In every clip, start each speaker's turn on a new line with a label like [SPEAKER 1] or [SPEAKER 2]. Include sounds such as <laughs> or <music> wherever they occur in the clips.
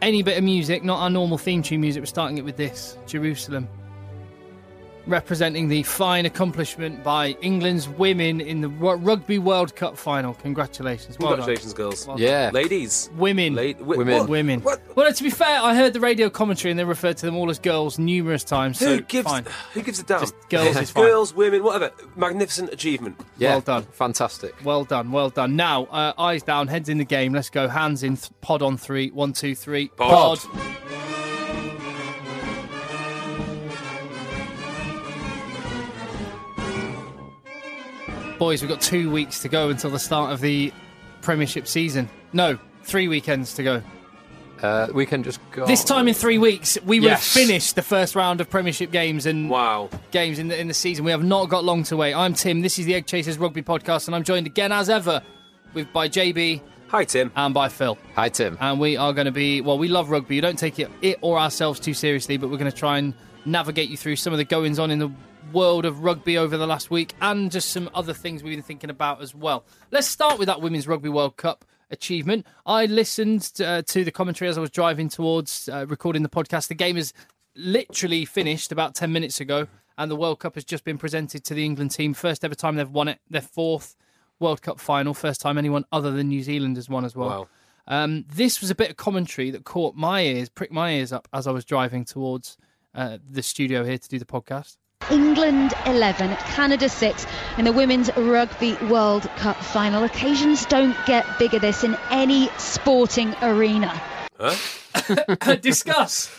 [SPEAKER 1] any bit of music, not our normal theme tune music. We're starting it with this Jerusalem, representing the fine accomplishment by England's women in the Ru- Rugby World Cup final. Congratulations. Well done.
[SPEAKER 2] Congratulations, girls.
[SPEAKER 1] Well done.
[SPEAKER 3] Yeah.
[SPEAKER 2] Ladies.
[SPEAKER 1] Women.
[SPEAKER 2] Lad- wi-
[SPEAKER 3] Women.
[SPEAKER 2] What?
[SPEAKER 1] Women.
[SPEAKER 2] What?
[SPEAKER 1] Well, to be fair, I heard the radio commentary and they referred to them all as girls numerous times.
[SPEAKER 2] Who
[SPEAKER 1] so
[SPEAKER 2] gives
[SPEAKER 1] fine.
[SPEAKER 2] Who gives a damn?
[SPEAKER 1] Just girls
[SPEAKER 2] <laughs>
[SPEAKER 1] is fine.
[SPEAKER 2] Girls, women, whatever. Magnificent achievement.
[SPEAKER 3] Yeah,
[SPEAKER 1] Well done.
[SPEAKER 3] Fantastic.
[SPEAKER 1] Well done, well done. Now, uh, eyes down, heads in the game. Let's go. Hands in. Th- pod on three. One, two, three.
[SPEAKER 2] Pod.
[SPEAKER 1] Boys, we've got two weeks to go until the start of the Premiership season. No, three weekends to go.
[SPEAKER 3] Uh, we can just go.
[SPEAKER 1] This time in three weeks, we would
[SPEAKER 3] Yes.
[SPEAKER 1] have finished the first round of Premiership games and
[SPEAKER 2] Wow.
[SPEAKER 1] games in the, in the season. We have not got long to wait. I'm Tim. This is the Egg Chasers Rugby Podcast, and I'm joined again as ever with by JB
[SPEAKER 2] Hi, Tim.
[SPEAKER 1] and by Phil.
[SPEAKER 3] Hi, Tim.
[SPEAKER 1] And we are going to be well. We love rugby. You don't take it, it or ourselves too seriously, but we're going to try and navigate you through some of the goings on in the world of rugby over the last week, and just some other things we've been thinking about as well. Let's start with that Women's Rugby World Cup achievement. I listened uh, to the commentary as I was driving towards uh, recording the podcast. The game is literally finished about ten minutes ago, and the World Cup has just been presented to the England team. First ever time they've won it. Their fourth World Cup final. First time anyone other than New Zealand has won as well.
[SPEAKER 3] Wow.
[SPEAKER 1] Um, this was a bit of commentary that caught my ears, pricked my ears up as I was driving towards uh, the studio here to do the <laughs> podcast.
[SPEAKER 4] England 11, Canada 6 in the Women's Rugby World Cup final. Occasions don't get bigger this in any sporting arena.
[SPEAKER 1] Uh, <laughs> Discuss.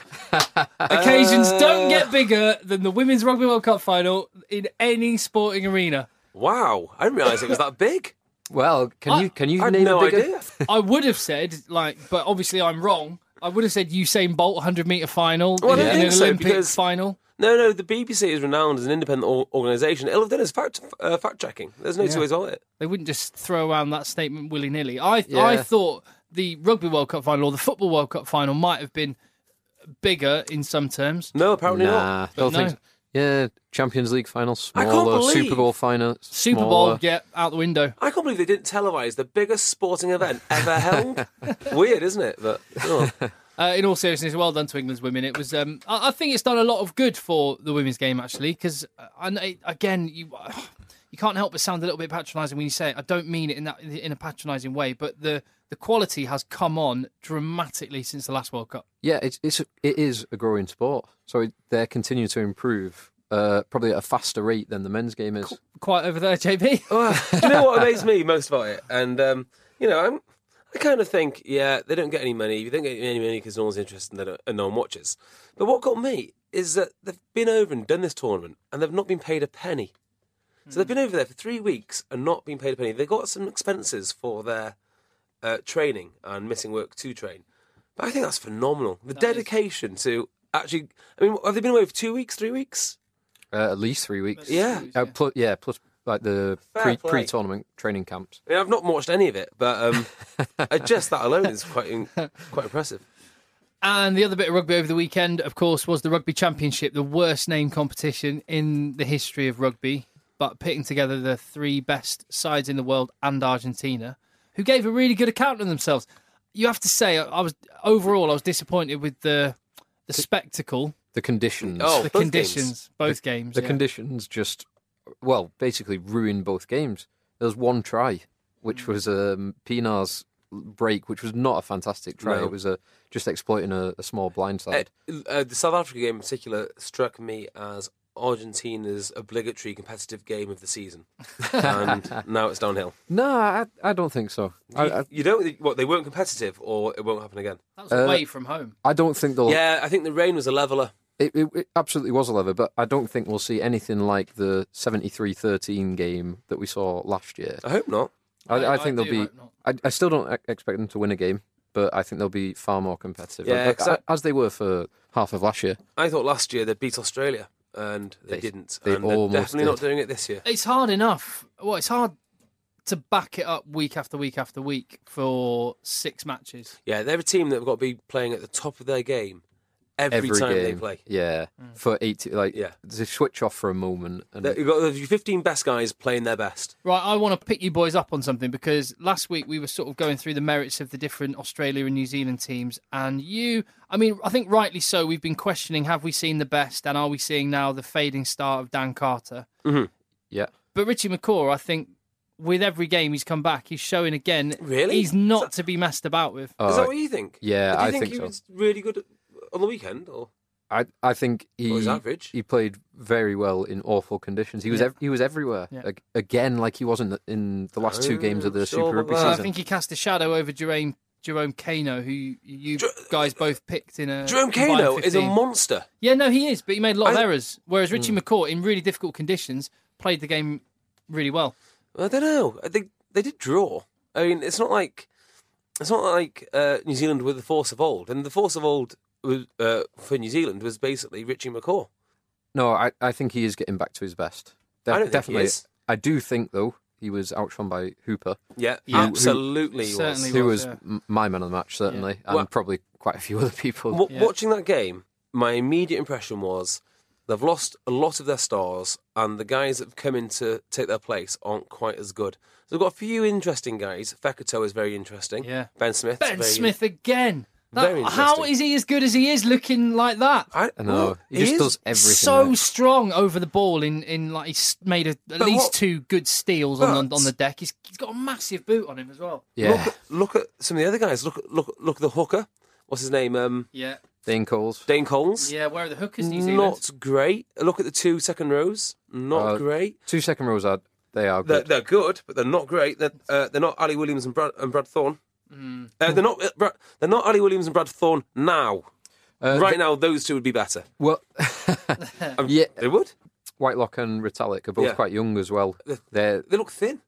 [SPEAKER 1] Occasions don't get bigger than the Women's Rugby World Cup final in any sporting arena.
[SPEAKER 2] Wow. I didn't realise it was that big.
[SPEAKER 3] <laughs> Well, can
[SPEAKER 1] I-
[SPEAKER 3] you can you
[SPEAKER 2] I had
[SPEAKER 3] name
[SPEAKER 2] no
[SPEAKER 3] a bigger?
[SPEAKER 2] idea.
[SPEAKER 1] I would have said, like, but obviously I'm wrong. I would have said Usain Bolt 100 metre final
[SPEAKER 2] Well, I
[SPEAKER 1] in,
[SPEAKER 2] don't
[SPEAKER 1] in
[SPEAKER 2] think
[SPEAKER 1] an
[SPEAKER 2] so,
[SPEAKER 1] Olympic
[SPEAKER 2] because-
[SPEAKER 1] final.
[SPEAKER 2] No, no. The BBC is renowned as an independent or- organisation. It'll have done its fact uh, fact checking. There's no two ways on it.
[SPEAKER 1] They wouldn't just throw around that statement willy nilly. I I
[SPEAKER 3] Yeah.
[SPEAKER 1] thought the Rugby World Cup final or the Football World Cup final might have been bigger in some terms.
[SPEAKER 2] No, apparently not.
[SPEAKER 3] Nah, don't
[SPEAKER 1] no.
[SPEAKER 3] think. Yeah, Champions League final,
[SPEAKER 2] I
[SPEAKER 3] smaller.
[SPEAKER 2] can't believe-
[SPEAKER 3] Super Bowl final,
[SPEAKER 1] Super Bowl,
[SPEAKER 3] smaller.
[SPEAKER 1] yeah, out the window.
[SPEAKER 2] I can't believe they didn't televise the biggest sporting event
[SPEAKER 3] <laughs>
[SPEAKER 2] ever held. Weird, isn't it? But oh.
[SPEAKER 1] Uh, in all seriousness, well done to England's women. It was. Um, I, I think it's done a lot of good for the women's game actually, because I know- again you. <sighs> You can't help but sound a little bit patronising when you say it. I don't mean it in that in a patronising way, but the, the quality has come on dramatically since the last World Cup.
[SPEAKER 3] Yeah, it's it's it is a growing sport, so it, they're continuing to improve. Uh, probably at a faster rate than the men's game is.
[SPEAKER 1] Quite over there, JB.
[SPEAKER 2] Well, do <laughs> you know what amazed me most about it? And um, you know, I'm, I kind of think, yeah, they don't get any money. You don't get any money because no one's interested in it and no one watches. But what got me is that they've been over and done this tournament, and they've not been paid a penny. So they've been over there for three weeks and not been paid a penny. They got some expenses for their uh, training and missing work to train, but I think that's phenomenal. The dedication to actually, I mean, have they been away for two weeks, three weeks?
[SPEAKER 3] Uh, at least three weeks.
[SPEAKER 2] Yeah.
[SPEAKER 3] Uh, plus, yeah, plus like the
[SPEAKER 2] Fair
[SPEAKER 3] pre
[SPEAKER 2] play.
[SPEAKER 3] pre tournament training camps.
[SPEAKER 2] I mean, I've not watched any of it, but
[SPEAKER 3] <laughs>
[SPEAKER 2] um, uh, just that alone is quite in- quite impressive.
[SPEAKER 1] And the other bit of rugby over the weekend, of course, was the Rugby Championship, the worst named competition in the history of rugby, but putting together the three best sides in the world and Argentina, who gave a really good account of themselves. You have to say, I I was overall, I was disappointed with the the spectacle,
[SPEAKER 3] The conditions.
[SPEAKER 2] Oh,
[SPEAKER 1] the
[SPEAKER 2] both
[SPEAKER 1] conditions,
[SPEAKER 2] games.
[SPEAKER 1] both games.
[SPEAKER 3] The
[SPEAKER 1] yeah.
[SPEAKER 3] conditions just,
[SPEAKER 2] Mm.
[SPEAKER 3] well, basically ruined both games. There was one try, which was um, Pinar's break, which was not a fantastic try.
[SPEAKER 2] No.
[SPEAKER 3] It was a just exploiting a, a small blindside.
[SPEAKER 2] Uh, uh, the South Africa game in particular struck me as Argentina's obligatory competitive game of the season,
[SPEAKER 3] <laughs>
[SPEAKER 2] and now it's downhill.
[SPEAKER 3] no, I, I don't think so. I, I,
[SPEAKER 2] you, you don't what they weren't competitive, or it won't happen again.
[SPEAKER 1] That was
[SPEAKER 3] Uh,
[SPEAKER 1] away from home.
[SPEAKER 3] I don't think they'll.
[SPEAKER 2] Yeah, I think the rain was a leveler.
[SPEAKER 3] It, it, it absolutely was a lever, but I don't think we'll see anything like the 73-13 game that we saw last year.
[SPEAKER 2] Uh, I hope not.
[SPEAKER 3] I, I,
[SPEAKER 1] I- I
[SPEAKER 3] think they'll
[SPEAKER 1] do
[SPEAKER 3] be.
[SPEAKER 1] hope not.
[SPEAKER 3] I, I still don't e- expect them to win a game, but I think they'll be far more competitive.
[SPEAKER 2] Yeah,
[SPEAKER 3] Like,
[SPEAKER 2] 'cause I-
[SPEAKER 3] as they were for half of last year.
[SPEAKER 2] I thought last year they beat Australia, and they,
[SPEAKER 3] They-
[SPEAKER 2] didn't.
[SPEAKER 3] they
[SPEAKER 2] and they're
[SPEAKER 3] almost
[SPEAKER 2] definitely not
[SPEAKER 3] did.
[SPEAKER 2] doing it this year.
[SPEAKER 1] It's hard enough. Well, it's hard to back it up week after week after week for six matches.
[SPEAKER 2] Yeah, they're a team that have got to be playing at the top of their game every, time
[SPEAKER 3] game,
[SPEAKER 2] they play. Mm.
[SPEAKER 3] Yeah, for eighty, like
[SPEAKER 2] Yeah.
[SPEAKER 3] to switch off for a moment. And
[SPEAKER 2] That- You've got the 15 best guys playing their best.
[SPEAKER 1] Right, I want to pick you boys up on something because last week we were sort of going through the merits of the different Australia and New Zealand teams. And you, I mean, I think rightly so, we've been questioning have we seen the best and are we seeing now the fading star of Dan Carter?
[SPEAKER 3] Mm-hmm. yeah,
[SPEAKER 1] But Richie McCaw, I think with every game he's come back, he's showing again
[SPEAKER 2] Really?
[SPEAKER 1] he's not to be messed about with.
[SPEAKER 2] Is
[SPEAKER 3] Oh,
[SPEAKER 2] that what you think? Do
[SPEAKER 3] yeah,
[SPEAKER 2] you
[SPEAKER 3] I
[SPEAKER 2] think,
[SPEAKER 3] think
[SPEAKER 2] he
[SPEAKER 3] so.
[SPEAKER 2] was really good on the weekend? Or
[SPEAKER 3] I I think he
[SPEAKER 2] Well, he's average.
[SPEAKER 3] He played very well in awful conditions. He was
[SPEAKER 1] Yeah.
[SPEAKER 3] ev- he was everywhere
[SPEAKER 1] Yeah.
[SPEAKER 3] Ag- again, like he wasn't in the last two
[SPEAKER 2] Oh,
[SPEAKER 3] games of the
[SPEAKER 2] sure
[SPEAKER 3] Super
[SPEAKER 2] about
[SPEAKER 3] Rugby
[SPEAKER 2] that.
[SPEAKER 1] So I
[SPEAKER 3] season.
[SPEAKER 1] think he cast a shadow over Jerome Jerome Kano, who you guys both picked in
[SPEAKER 3] Uh,
[SPEAKER 1] a
[SPEAKER 2] Jerome
[SPEAKER 1] combined
[SPEAKER 2] Kano is a
[SPEAKER 1] 15.
[SPEAKER 2] monster.
[SPEAKER 1] Yeah, no, he is, but he made a lot of
[SPEAKER 2] I- Hmm.
[SPEAKER 1] errors. Whereas Richie McCaw, in really difficult conditions, played the game really well.
[SPEAKER 2] I don't know. I think they did draw. I mean, it's not like it's not like uh, New Zealand with the force of old, and the force of old was, uh, for New Zealand was basically Richie McCaw.
[SPEAKER 3] No, I, I think he is getting back to his best. De-
[SPEAKER 2] I don't think he
[SPEAKER 3] definitely.
[SPEAKER 2] is.
[SPEAKER 3] I do think though he was outshone by Hooper,
[SPEAKER 2] Yeah,
[SPEAKER 1] Yeah.
[SPEAKER 2] absolutely. he was.
[SPEAKER 1] Certainly
[SPEAKER 3] who
[SPEAKER 1] was,
[SPEAKER 3] was
[SPEAKER 1] yeah.
[SPEAKER 3] m my man of the match certainly, and
[SPEAKER 2] Well-
[SPEAKER 3] probably quite a few other people.
[SPEAKER 2] W-
[SPEAKER 1] Yeah.
[SPEAKER 2] Watching that game, my immediate impression was they've lost a lot of their stars, and the guys that have come in to take their place aren't quite as good. So they've got a few interesting guys. Fekato is very interesting.
[SPEAKER 1] Yeah.
[SPEAKER 2] Ben Smith.
[SPEAKER 1] Ben Smith again. That-
[SPEAKER 2] Very
[SPEAKER 1] how
[SPEAKER 2] interesting.
[SPEAKER 1] is he as good as he is looking like that?
[SPEAKER 2] I,
[SPEAKER 3] I know
[SPEAKER 2] well,
[SPEAKER 3] he just
[SPEAKER 2] is-
[SPEAKER 3] does everything.
[SPEAKER 1] so
[SPEAKER 3] right.
[SPEAKER 1] strong over the ball in, in like he's made a, at least
[SPEAKER 2] what-
[SPEAKER 1] two good steals on, the-
[SPEAKER 2] but-
[SPEAKER 1] on the deck. He's, he's got a massive boot on him as well.
[SPEAKER 3] Yeah,
[SPEAKER 2] Look, at- look at some of the other guys. Look, at- look, look at the hooker. What's his name? Um,
[SPEAKER 1] Yeah,
[SPEAKER 3] Dane Coles.
[SPEAKER 2] Dane Coles.
[SPEAKER 1] yeah. Where are the hookers? New Zealand.
[SPEAKER 2] Not great. Look at the two second rows. Not
[SPEAKER 3] Uh,
[SPEAKER 2] great.
[SPEAKER 3] Two second rows are they are
[SPEAKER 2] They're,
[SPEAKER 3] good.
[SPEAKER 2] they're good, but they're not great. They're, uh, they're not Ali Williams and Brad, and Brad Thorne. Uh, they're not. uh, Brad, they're not Ali Williams and Brad Thorne now.
[SPEAKER 3] Uh,
[SPEAKER 2] right now, those two would be better.
[SPEAKER 3] Well,
[SPEAKER 2] Um,
[SPEAKER 3] yeah,
[SPEAKER 2] They would.
[SPEAKER 3] Whitelock and Ritalik are both
[SPEAKER 2] Yeah.
[SPEAKER 3] quite young as well. They're
[SPEAKER 2] They look thin.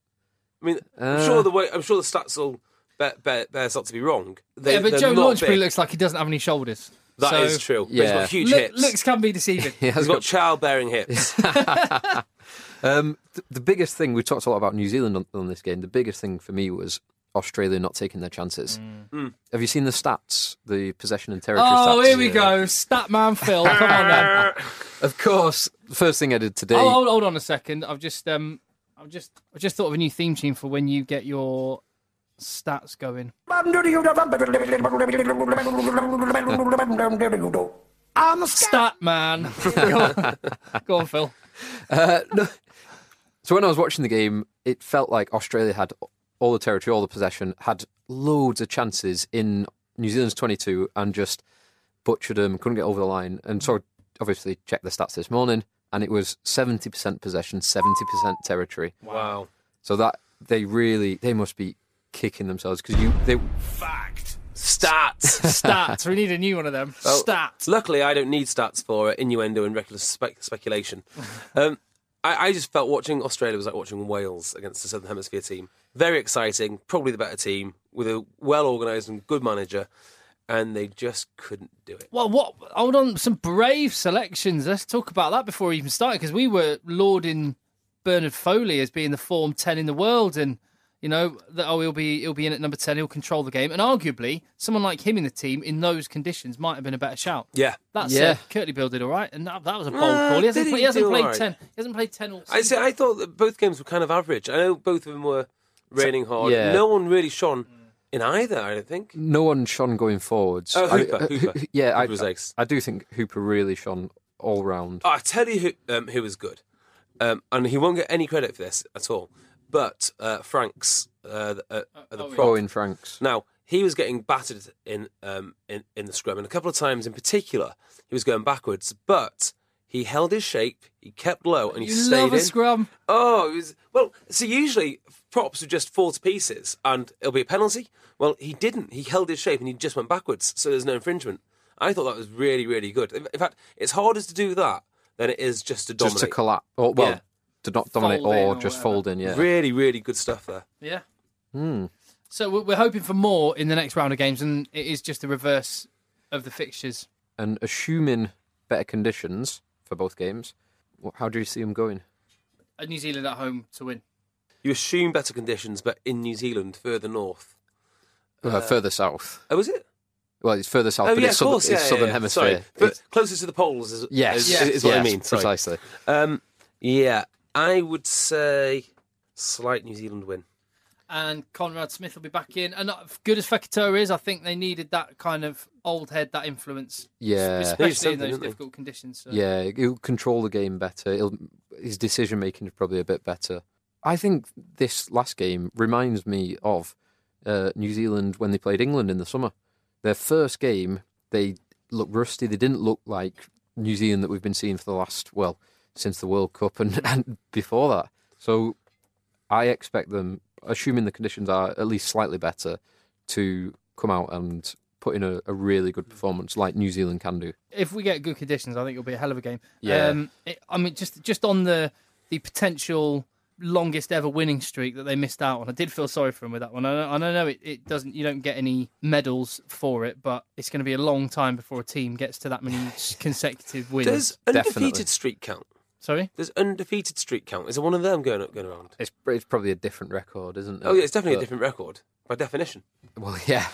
[SPEAKER 2] I mean, I'm
[SPEAKER 3] Uh.
[SPEAKER 2] sure the way. I'm sure the stats will bear, bear, bears not to be wrong. They,
[SPEAKER 1] yeah, but
[SPEAKER 2] they're
[SPEAKER 1] Joe
[SPEAKER 2] not
[SPEAKER 1] Launchbury
[SPEAKER 2] big.
[SPEAKER 1] looks like he doesn't have any shoulders.
[SPEAKER 2] That
[SPEAKER 1] so
[SPEAKER 2] is true. But He's
[SPEAKER 3] Yeah.
[SPEAKER 2] got huge
[SPEAKER 1] look-
[SPEAKER 2] hips.
[SPEAKER 1] looks can be deceiving.
[SPEAKER 3] he has
[SPEAKER 2] He's got
[SPEAKER 3] got-
[SPEAKER 2] childbearing hips.
[SPEAKER 3] um, th- the biggest thing we talked a lot about New Zealand on, on this game. The biggest thing for me was Australia not taking their chances. Have you seen the stats, the possession and territory?
[SPEAKER 1] Mm. Oh,
[SPEAKER 3] stats?
[SPEAKER 1] here we go, stat man Phil. Come on then.
[SPEAKER 3] Of course, the first thing I did today.
[SPEAKER 1] Oh, hold, hold on a second. I've just um, I've just I've just thought of a new theme tune for when you get your stats going.
[SPEAKER 5] I'm a
[SPEAKER 1] Stat man. <laughs> go, on. Go on, Phil.
[SPEAKER 3] Uh, <laughs> no. So when I was watching the game, it felt like Australia had all the territory, all the possession, had loads of chances in New Zealand's 22 and just butchered them, couldn't get over the line. And so obviously checked the stats this morning and it was 70% possession, 70% territory.
[SPEAKER 2] wow.
[SPEAKER 3] So that they really, they must be kicking themselves because you, they,
[SPEAKER 2] Stats.
[SPEAKER 1] Stats. We need a new one of them. Stats.
[SPEAKER 2] Luckily, I don't need stats for uh, innuendo and reckless spec- speculation. <laughs> Um, I, I just felt watching Australia was like watching Wales against the Southern Hemisphere team. Very exciting, probably the better team with a well organised and good manager, and they just couldn't do it.
[SPEAKER 1] Well, what? Hold on. Some brave selections. Let's talk about that before we even started because we were lauding Bernard Foley as being the form ten in the world, and you know that oh he'll be he'll be in at number ten. He'll control the game, and arguably someone like him in the team in those conditions might have been a better shout.
[SPEAKER 2] Yeah,
[SPEAKER 1] That's
[SPEAKER 3] Yeah.
[SPEAKER 1] it. Curtly Bill did all right, and that, that was a bold
[SPEAKER 2] Uh,
[SPEAKER 1] call. He hasn't,
[SPEAKER 2] did
[SPEAKER 1] play, he
[SPEAKER 2] he
[SPEAKER 1] hasn't
[SPEAKER 2] do all
[SPEAKER 1] played
[SPEAKER 2] right?
[SPEAKER 1] ten. He hasn't played ten all
[SPEAKER 2] I
[SPEAKER 1] season.
[SPEAKER 2] see. I thought that both games were kind of average. I know both of them were raining hard.
[SPEAKER 3] Yeah.
[SPEAKER 2] No one really shone in either. I don't think.
[SPEAKER 3] no one shone going forwards.
[SPEAKER 2] Oh,
[SPEAKER 3] I- uh,
[SPEAKER 2] Hooper, Hooper.
[SPEAKER 3] <laughs> yeah, I,
[SPEAKER 2] Hooper was ace.
[SPEAKER 3] I do think Hooper really shone all round.
[SPEAKER 2] I tell you who um, who was good, um, and he won't get any credit for this at all. But uh, Franks, uh, the- uh, uh, the
[SPEAKER 1] oh, yeah.
[SPEAKER 2] prop.
[SPEAKER 3] in Franks.
[SPEAKER 2] Now he was getting battered in um in, in the scrum, and a couple of times in particular he was going backwards, but he held his shape, he kept low, and he
[SPEAKER 1] You
[SPEAKER 2] stayed
[SPEAKER 1] love
[SPEAKER 2] in.
[SPEAKER 1] a scrum.
[SPEAKER 2] Oh, it was, well. So usually props would just fall to pieces, and it'll be a penalty. Well, he didn't. He held his shape, and he just went backwards, so there's no infringement. I thought that was really, really good. In in fact, it's harder to do that than it is just to dominate.
[SPEAKER 3] Just to collapse. Or, well,
[SPEAKER 2] Yeah.
[SPEAKER 3] to not dominate
[SPEAKER 1] Fold in
[SPEAKER 3] or,
[SPEAKER 1] or
[SPEAKER 3] just
[SPEAKER 1] whatever.
[SPEAKER 3] fold in, yeah.
[SPEAKER 2] Really, really good stuff there.
[SPEAKER 1] Yeah.
[SPEAKER 2] Hmm.
[SPEAKER 1] So we- we're hoping for more in the next round of games, and it is just the reverse of the fixtures.
[SPEAKER 3] And assuming better conditions for both games, wh- how do you see them going?
[SPEAKER 1] Uh, New Zealand at home to win.
[SPEAKER 2] You assume better conditions, but in New Zealand, further north.
[SPEAKER 3] Uh, further south.
[SPEAKER 2] Oh, is it?
[SPEAKER 3] Well, it's further south,
[SPEAKER 2] oh,
[SPEAKER 3] but
[SPEAKER 2] yeah,
[SPEAKER 3] it's,
[SPEAKER 2] of
[SPEAKER 3] southern,
[SPEAKER 2] course.
[SPEAKER 3] it's
[SPEAKER 2] yeah, yeah,
[SPEAKER 3] southern
[SPEAKER 2] yeah.
[SPEAKER 3] hemisphere.
[SPEAKER 2] Sorry. But
[SPEAKER 3] It's-
[SPEAKER 2] closest to the poles is,
[SPEAKER 3] yes,
[SPEAKER 2] is, is what I
[SPEAKER 3] yes,
[SPEAKER 2] mean. Sorry.
[SPEAKER 3] Precisely.
[SPEAKER 2] Um, yeah, I would say slight New Zealand win.
[SPEAKER 1] And Conrad Smith will be back in. And uh, good as Fekitoa is, I think they needed that kind of old head, that influence,
[SPEAKER 3] Yeah.
[SPEAKER 2] They need
[SPEAKER 1] especially in
[SPEAKER 2] something,
[SPEAKER 1] those
[SPEAKER 2] don't they?
[SPEAKER 1] difficult conditions. So.
[SPEAKER 3] Yeah, he'll control the game better. He'll, his decision making is probably a bit better. I think this last game reminds me of uh, New Zealand when they played England in the summer. Their first game, they looked rusty. They didn't look like New Zealand that we've been seeing for the last, well, since the World Cup and, <laughs> and before that. So I expect them, assuming the conditions are at least slightly better, to come out and put in a, a really good performance like New Zealand can do.
[SPEAKER 1] if we get good conditions, I think it'll be a hell of a game.
[SPEAKER 3] Yeah.
[SPEAKER 1] Um, it, I mean, just just on the the potential longest ever winning streak that they missed out on. I did feel sorry for them with that one. I know, and I know it, it doesn't. You don't get any medals for it, but it's going to be a long time before a team gets to that
[SPEAKER 3] <laughs>
[SPEAKER 1] many s- consecutive wins.
[SPEAKER 2] Does
[SPEAKER 3] Definitely.
[SPEAKER 2] undefeated streak count?
[SPEAKER 1] Sorry.
[SPEAKER 2] There's undefeated streak count. Is there one of them going up, going around?
[SPEAKER 3] It's, it's probably a different record, isn't it?
[SPEAKER 2] Oh yeah, it's definitely
[SPEAKER 3] But-
[SPEAKER 2] a different record by definition.
[SPEAKER 3] Well, <laughs> yeah,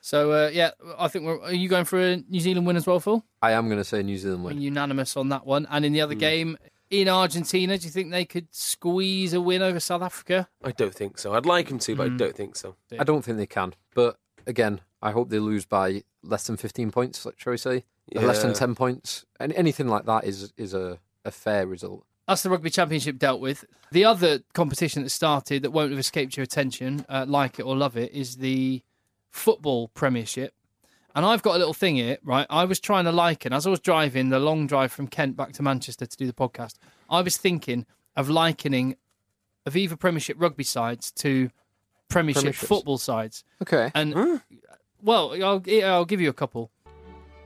[SPEAKER 1] So uh, yeah, I think we're. Are you going for a New Zealand win as well, Phil?
[SPEAKER 3] I am going to say New Zealand
[SPEAKER 1] We're
[SPEAKER 3] win. Hmm.
[SPEAKER 1] unanimous on that one. And in the other game. In Argentina, do you think they could squeeze a win over South Africa?
[SPEAKER 2] I don't think so. I'd like him to,
[SPEAKER 1] Hmm.
[SPEAKER 2] but I don't think so.
[SPEAKER 3] I don't think they can, but again, I hope they lose by less than fifteen points. Like, shall we say, Or less than
[SPEAKER 2] Yeah.
[SPEAKER 3] ten points? And anything like that is is a, a fair result.
[SPEAKER 1] That's the Rugby Championship dealt with. The other competition that started that won't have escaped your attention, uh, like it or love it, is the Football Premiership. And I've got a little thing here, right? I was trying to liken, as I was driving the long drive from Kent back to Manchester to do the podcast, I was thinking of likening Aviva Premiership rugby sides to Premiership
[SPEAKER 3] Premierships.
[SPEAKER 1] football sides.
[SPEAKER 3] Okay,
[SPEAKER 1] And well, I'll, I'll give you a couple.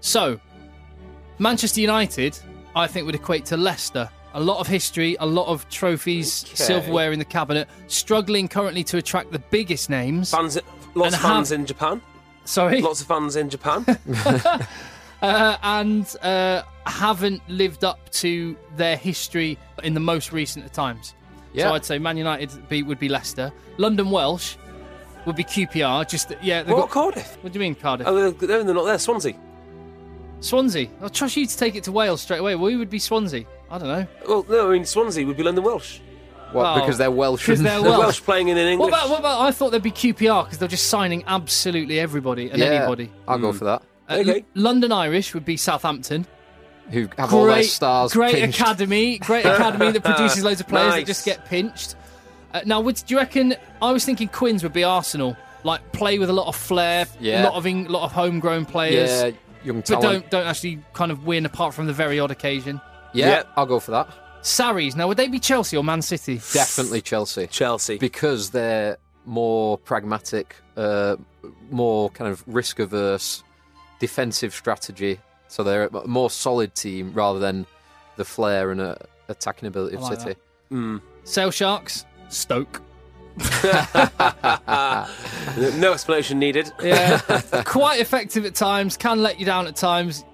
[SPEAKER 1] So, Manchester United, I think, would equate to Leicester. A lot of history, a lot of trophies,
[SPEAKER 2] Okay.
[SPEAKER 1] silverware in the cabinet. Struggling currently to attract the biggest names.
[SPEAKER 2] Fans, lots
[SPEAKER 1] And
[SPEAKER 2] of fans
[SPEAKER 1] have- <laughs>
[SPEAKER 2] in Japan.
[SPEAKER 1] Sorry,
[SPEAKER 2] Lots of fans
[SPEAKER 1] <laughs>
[SPEAKER 2] in Japan.
[SPEAKER 1] uh, and uh, haven't lived up to their history in the most recent of times.
[SPEAKER 3] Yeah.
[SPEAKER 1] So I'd say Man United be, would be Leicester. London Welsh would be QPR. Just yeah, they've
[SPEAKER 2] what
[SPEAKER 1] got.
[SPEAKER 2] Cardiff?
[SPEAKER 1] <laughs> What do you mean Cardiff?
[SPEAKER 2] Oh, they're, no, they're not there. Swansea.
[SPEAKER 1] Swansea. I'll trust you to take it to Wales straight away. We would be Swansea. I don't know.
[SPEAKER 2] Well, no, I mean Swansea would be London Welsh.
[SPEAKER 3] well,
[SPEAKER 1] Uh, well,
[SPEAKER 3] because they're Welsh.
[SPEAKER 1] because
[SPEAKER 3] and-
[SPEAKER 1] they're
[SPEAKER 2] They're
[SPEAKER 1] Welsh.
[SPEAKER 2] Welsh playing in an
[SPEAKER 1] What
[SPEAKER 2] English.
[SPEAKER 1] about, what about I thought there'd be QPR because they're just signing absolutely everybody and
[SPEAKER 3] yeah,
[SPEAKER 1] anybody.
[SPEAKER 3] I'll
[SPEAKER 2] Hmm.
[SPEAKER 3] go for that.
[SPEAKER 1] Uh,
[SPEAKER 2] Okay.
[SPEAKER 1] L- London Irish would be Southampton.
[SPEAKER 3] Who have all their stars?
[SPEAKER 1] great
[SPEAKER 3] pinched.
[SPEAKER 1] academy,
[SPEAKER 3] <laughs>
[SPEAKER 1] great academy that produces loads of players that
[SPEAKER 2] Nice.
[SPEAKER 1] just get pinched. Uh, now, would, do you reckon? I was thinking Quinns would be Arsenal, like play with a lot of flair,
[SPEAKER 3] Yeah.
[SPEAKER 1] lot of Eng, lot of homegrown players,
[SPEAKER 3] Yeah, young
[SPEAKER 1] but
[SPEAKER 3] talent.
[SPEAKER 1] don't don't actually kind of win apart from the very odd occasion.
[SPEAKER 3] Yeah,
[SPEAKER 2] Yeah.
[SPEAKER 3] I'll go for that.
[SPEAKER 1] Sarries. Now, would they be Chelsea or Man City?
[SPEAKER 3] Definitely Chelsea.
[SPEAKER 2] Chelsea? <laughs>
[SPEAKER 3] because they're more pragmatic, uh, more kind of risk averse, defensive strategy. So they're a more solid team rather than the flair and uh attacking ability of
[SPEAKER 1] I like
[SPEAKER 3] City.
[SPEAKER 1] Sale Sharks. Stoke.
[SPEAKER 2] no explanation needed. <laughs>
[SPEAKER 1] Yeah, <laughs> quite effective at times. Can let you down at times.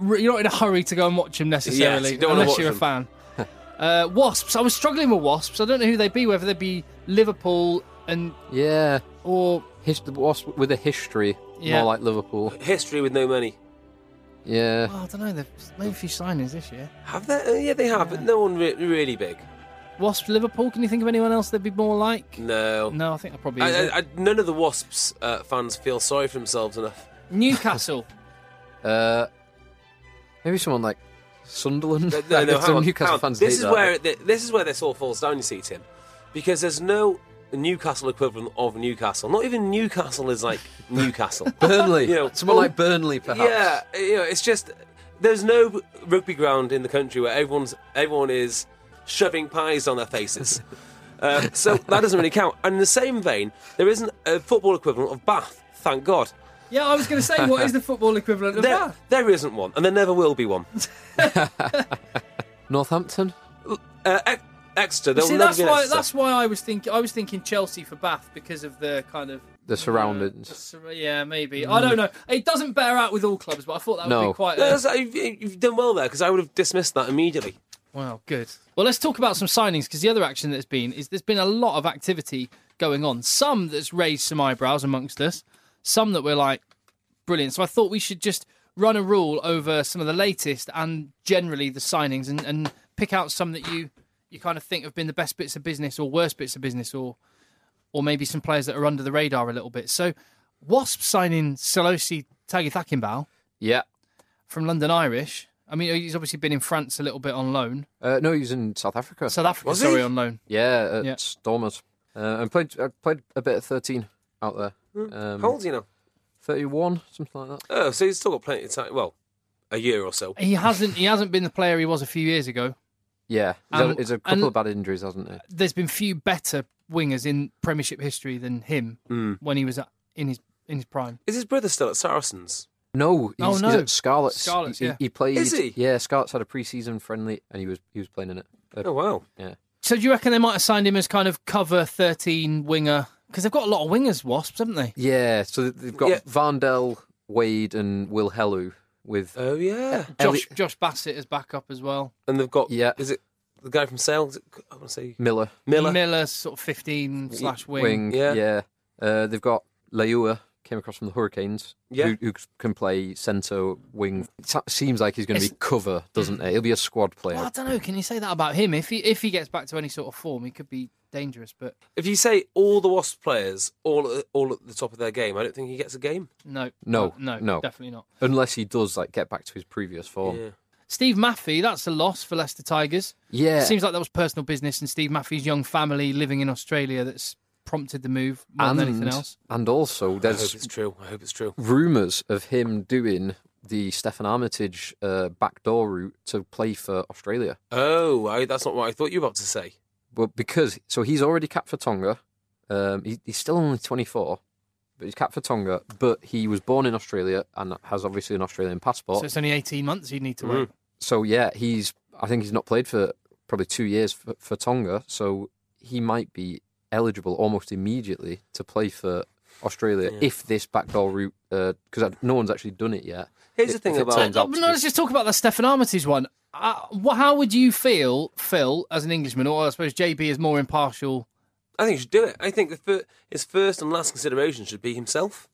[SPEAKER 1] R- You're not in a hurry to go and watch them necessarily,
[SPEAKER 2] Yes, you don't wanna
[SPEAKER 1] unless
[SPEAKER 2] watch
[SPEAKER 1] you're a
[SPEAKER 2] them.
[SPEAKER 1] fan.
[SPEAKER 2] <laughs>
[SPEAKER 1] uh, Wasps. I was struggling with Wasps. I don't know who they'd be. Whether they'd be Liverpool and
[SPEAKER 3] Yeah,
[SPEAKER 1] or
[SPEAKER 3] his, the Wasp with a history,
[SPEAKER 1] Yeah.
[SPEAKER 3] more like Liverpool.
[SPEAKER 2] History with no money.
[SPEAKER 3] Yeah,
[SPEAKER 1] oh, I don't know. They've made a few signings this year.
[SPEAKER 2] Have they? Uh, yeah, they have, but no one re- really big.
[SPEAKER 1] Wasps, Liverpool. Can you think of anyone else they'd be more like?
[SPEAKER 2] No.
[SPEAKER 1] No, I think that probably. is
[SPEAKER 2] I,
[SPEAKER 1] it.
[SPEAKER 2] I, <laughs> I, none of the Wasps uh, fans feel sorry for themselves enough.
[SPEAKER 1] Newcastle.
[SPEAKER 3] uh, maybe someone like Sunderland.
[SPEAKER 2] No,
[SPEAKER 3] <laughs>
[SPEAKER 2] no, no,
[SPEAKER 3] Some
[SPEAKER 2] hang on,
[SPEAKER 3] Newcastle
[SPEAKER 2] hang on.
[SPEAKER 3] fans
[SPEAKER 2] This
[SPEAKER 3] hate
[SPEAKER 2] is
[SPEAKER 3] that.
[SPEAKER 2] where it- this is where this all falls down. You see, Tim, because there's no the Newcastle equivalent of Newcastle. Not even Newcastle is
[SPEAKER 3] <laughs>
[SPEAKER 2] like Newcastle. <laughs>
[SPEAKER 3] Burnley.
[SPEAKER 2] You know,
[SPEAKER 3] Someone
[SPEAKER 2] oh,
[SPEAKER 3] like Burnley, perhaps.
[SPEAKER 2] Yeah, you know, it's just there's no rugby ground in the country where everyone's everyone is shoving pies on their
[SPEAKER 3] <laughs>
[SPEAKER 2] faces. Uh, so that doesn't really count. And in the same vein, there isn't a football equivalent of Bath. Thank God.
[SPEAKER 1] Yeah, I was going to say, what is the football equivalent of
[SPEAKER 2] There,
[SPEAKER 1] that?
[SPEAKER 2] there isn't one, and there never will be one.
[SPEAKER 3] Northampton.
[SPEAKER 2] Uh, Ex- Exeter,
[SPEAKER 1] You
[SPEAKER 2] there'll
[SPEAKER 1] See,
[SPEAKER 2] never
[SPEAKER 1] that's
[SPEAKER 2] be an
[SPEAKER 1] why
[SPEAKER 2] Exeter.
[SPEAKER 1] that's why I was thinking I was thinking Chelsea for Bath because of the kind of
[SPEAKER 3] The surroundings. Mm.
[SPEAKER 1] Uh, the sur- yeah, maybe I don't know. It doesn't bear out with all clubs, but I thought that would
[SPEAKER 3] No.
[SPEAKER 1] be quite.
[SPEAKER 2] No,
[SPEAKER 1] A,
[SPEAKER 2] that's- you've, you've done well there because I would have dismissed that immediately.
[SPEAKER 1] Wow, good. Well, let's talk about some signings because the other action that's been is there's been a lot of activity going on. Some that's raised some eyebrows amongst us, some that we're like, brilliant. So I thought we should just run a rule over some of the latest and generally the signings and, and pick out some that you you kind of think have been the best bits of business or worst bits of business or or maybe some players that are under the radar a little bit. So Wasp signing Selosi Tagithakinbau
[SPEAKER 3] Yeah.
[SPEAKER 1] from London Irish. I mean, he's obviously been in France a little bit on loan.
[SPEAKER 3] Uh, no, he was in South Africa.
[SPEAKER 1] South Africa,
[SPEAKER 3] Was
[SPEAKER 1] sorry,
[SPEAKER 3] he?
[SPEAKER 1] on loan.
[SPEAKER 3] Yeah, at
[SPEAKER 1] Yeah.
[SPEAKER 3] Stormers. Uh, and played I played a bit of 13 out there.
[SPEAKER 2] How old
[SPEAKER 3] Um,
[SPEAKER 2] are you now?
[SPEAKER 3] 31, something like that.
[SPEAKER 2] Oh, so he's still got plenty of time. Well, a year or so.
[SPEAKER 1] He hasn't. He hasn't been the player he was a few years ago.
[SPEAKER 3] Yeah. He's,
[SPEAKER 1] Um,
[SPEAKER 3] had, he's had a couple
[SPEAKER 1] and-
[SPEAKER 3] of bad injuries, hasn't he?
[SPEAKER 1] There's been few better wingers in Premiership history than him
[SPEAKER 3] Hmm.
[SPEAKER 1] when he was at- in his in his prime.
[SPEAKER 2] Is his brother still at Saracens?
[SPEAKER 3] No, he's,
[SPEAKER 1] Oh,
[SPEAKER 3] he's
[SPEAKER 1] no.
[SPEAKER 3] at Scarlets.
[SPEAKER 1] Scarlets,
[SPEAKER 3] he,
[SPEAKER 1] yeah.
[SPEAKER 3] he played.
[SPEAKER 2] Is he?
[SPEAKER 3] Yeah, Scarlets had a pre-season friendly, and he was he was playing in it. Uh,
[SPEAKER 2] Oh, wow.
[SPEAKER 1] So do you reckon they might have signed him as kind of cover thirteen winger? Because they've got a lot of wingers, Wasps, haven't they?
[SPEAKER 3] Yeah, so they've got
[SPEAKER 2] Yeah.
[SPEAKER 3] Vandel, Wade, and Will Helu with
[SPEAKER 2] Oh, yeah.
[SPEAKER 1] Josh Josh Bassett is back up as well.
[SPEAKER 2] And they've got,
[SPEAKER 3] Yeah.
[SPEAKER 2] is it the guy from Sale? Is it, I want to say
[SPEAKER 3] Miller
[SPEAKER 2] Miller.
[SPEAKER 1] sort of fifteen slash wing.
[SPEAKER 3] wing.
[SPEAKER 2] Yeah.
[SPEAKER 3] yeah, Uh, they've got Leua came across from the Hurricanes.
[SPEAKER 2] Yeah.
[SPEAKER 3] who, who can play centre wing. It sa- seems like he's going to be
[SPEAKER 1] It's- Mm.
[SPEAKER 3] cover, doesn't it? He'll be a squad player.
[SPEAKER 1] Well, I don't know. Can you say that about him? If he if he gets back to any sort of form, he could be dangerous. But
[SPEAKER 2] If you say all the Wasps players all at, all at the top of their game, I don't think he gets a game.
[SPEAKER 1] no,
[SPEAKER 3] No,
[SPEAKER 1] no,
[SPEAKER 3] no.
[SPEAKER 1] definitely not.
[SPEAKER 3] Unless he does like get back to his previous
[SPEAKER 2] Oh,
[SPEAKER 3] form. Yeah,
[SPEAKER 1] Steve Maffey, that's a loss for Leicester Tigers. Seems like that was personal business and Steve Maffey's young family living in Australia that's prompted the move more
[SPEAKER 3] and
[SPEAKER 1] than anything else.
[SPEAKER 3] and also
[SPEAKER 2] I hope
[SPEAKER 3] there's
[SPEAKER 2] it's true. I hope it's true.
[SPEAKER 3] rumours of him doing the Stefan Armitage uh, backdoor route to play for Australia.
[SPEAKER 2] Oh, I, that's not what I thought you were about to say.
[SPEAKER 3] But because so he's already capped for Tonga. Um, he, he's still only 24, but he's capped for Tonga. But he was born in Australia and has obviously an Australian passport.
[SPEAKER 1] So it's only 18 months you'd need to wait.
[SPEAKER 3] so yeah, he's I think he's not played for probably two years for, for Tonga, so he might be eligible almost immediately to play for Australia if this backdoor route because no one's actually done it yet.
[SPEAKER 2] Here's
[SPEAKER 3] If-
[SPEAKER 2] the thing
[SPEAKER 3] if it
[SPEAKER 2] about-
[SPEAKER 3] turns
[SPEAKER 1] No,
[SPEAKER 3] out
[SPEAKER 1] but
[SPEAKER 3] to
[SPEAKER 1] Oh, no,
[SPEAKER 3] be-
[SPEAKER 1] let's just talk about that Stefan Armitage one. Uh, wh- how would you feel, Phil, as an Englishman, or I suppose JB is more impartial?
[SPEAKER 2] I think he should do it. I think the fir- his first and last consideration should be himself.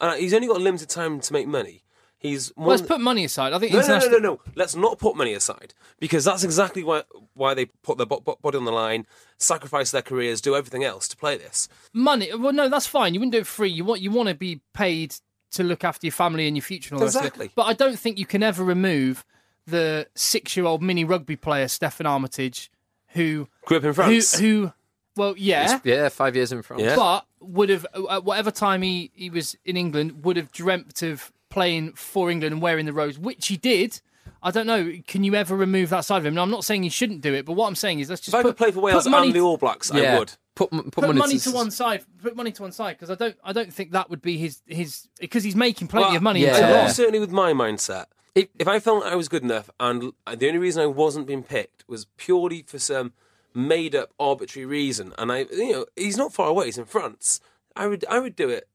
[SPEAKER 2] And he's only got limited time to make money. He's
[SPEAKER 1] Well,
[SPEAKER 2] one.
[SPEAKER 1] let's put money aside. I think
[SPEAKER 2] no, no, no,
[SPEAKER 1] international...
[SPEAKER 2] no, no. Let's not put money aside because that's exactly why why they put their bo- bo- body on the line, sacrifice their careers, do everything else to play this.
[SPEAKER 1] money. Well, no, that's fine. You wouldn't do it free. You want you want to be paid to look after your family and your future and all that.
[SPEAKER 2] Exactly.
[SPEAKER 1] But I don't think you can ever remove the six-year-old mini rugby player Stefan Armitage, who
[SPEAKER 2] Grew up in France.
[SPEAKER 1] who, who well, yeah,
[SPEAKER 3] yeah, five years in France.
[SPEAKER 2] Yeah.
[SPEAKER 1] but would have at whatever time he he was in England would have dreamt of playing for England and wearing the rose, which he did. I don't know. Can you ever remove that side of him? And I'm not saying he shouldn't do it, but what I'm saying is let's just
[SPEAKER 2] if I
[SPEAKER 1] put,
[SPEAKER 2] could play for Wales
[SPEAKER 1] put money
[SPEAKER 2] and the All Blacks, I
[SPEAKER 3] Yeah.
[SPEAKER 2] would.
[SPEAKER 3] Put, m- put,
[SPEAKER 1] put money,
[SPEAKER 3] money
[SPEAKER 1] to one side. Put money to one side because I don't. I don't think that would be his his because he's making plenty
[SPEAKER 2] Well,
[SPEAKER 1] of money.
[SPEAKER 3] yeah.
[SPEAKER 1] Yeah.
[SPEAKER 2] And
[SPEAKER 3] Yeah.
[SPEAKER 2] that's certainly with my mindset. If, if I felt I was good enough, and l- the only reason I wasn't being picked was purely for some made-up arbitrary reason, and I, you know, he's not far away. He's in France. I would, I would do it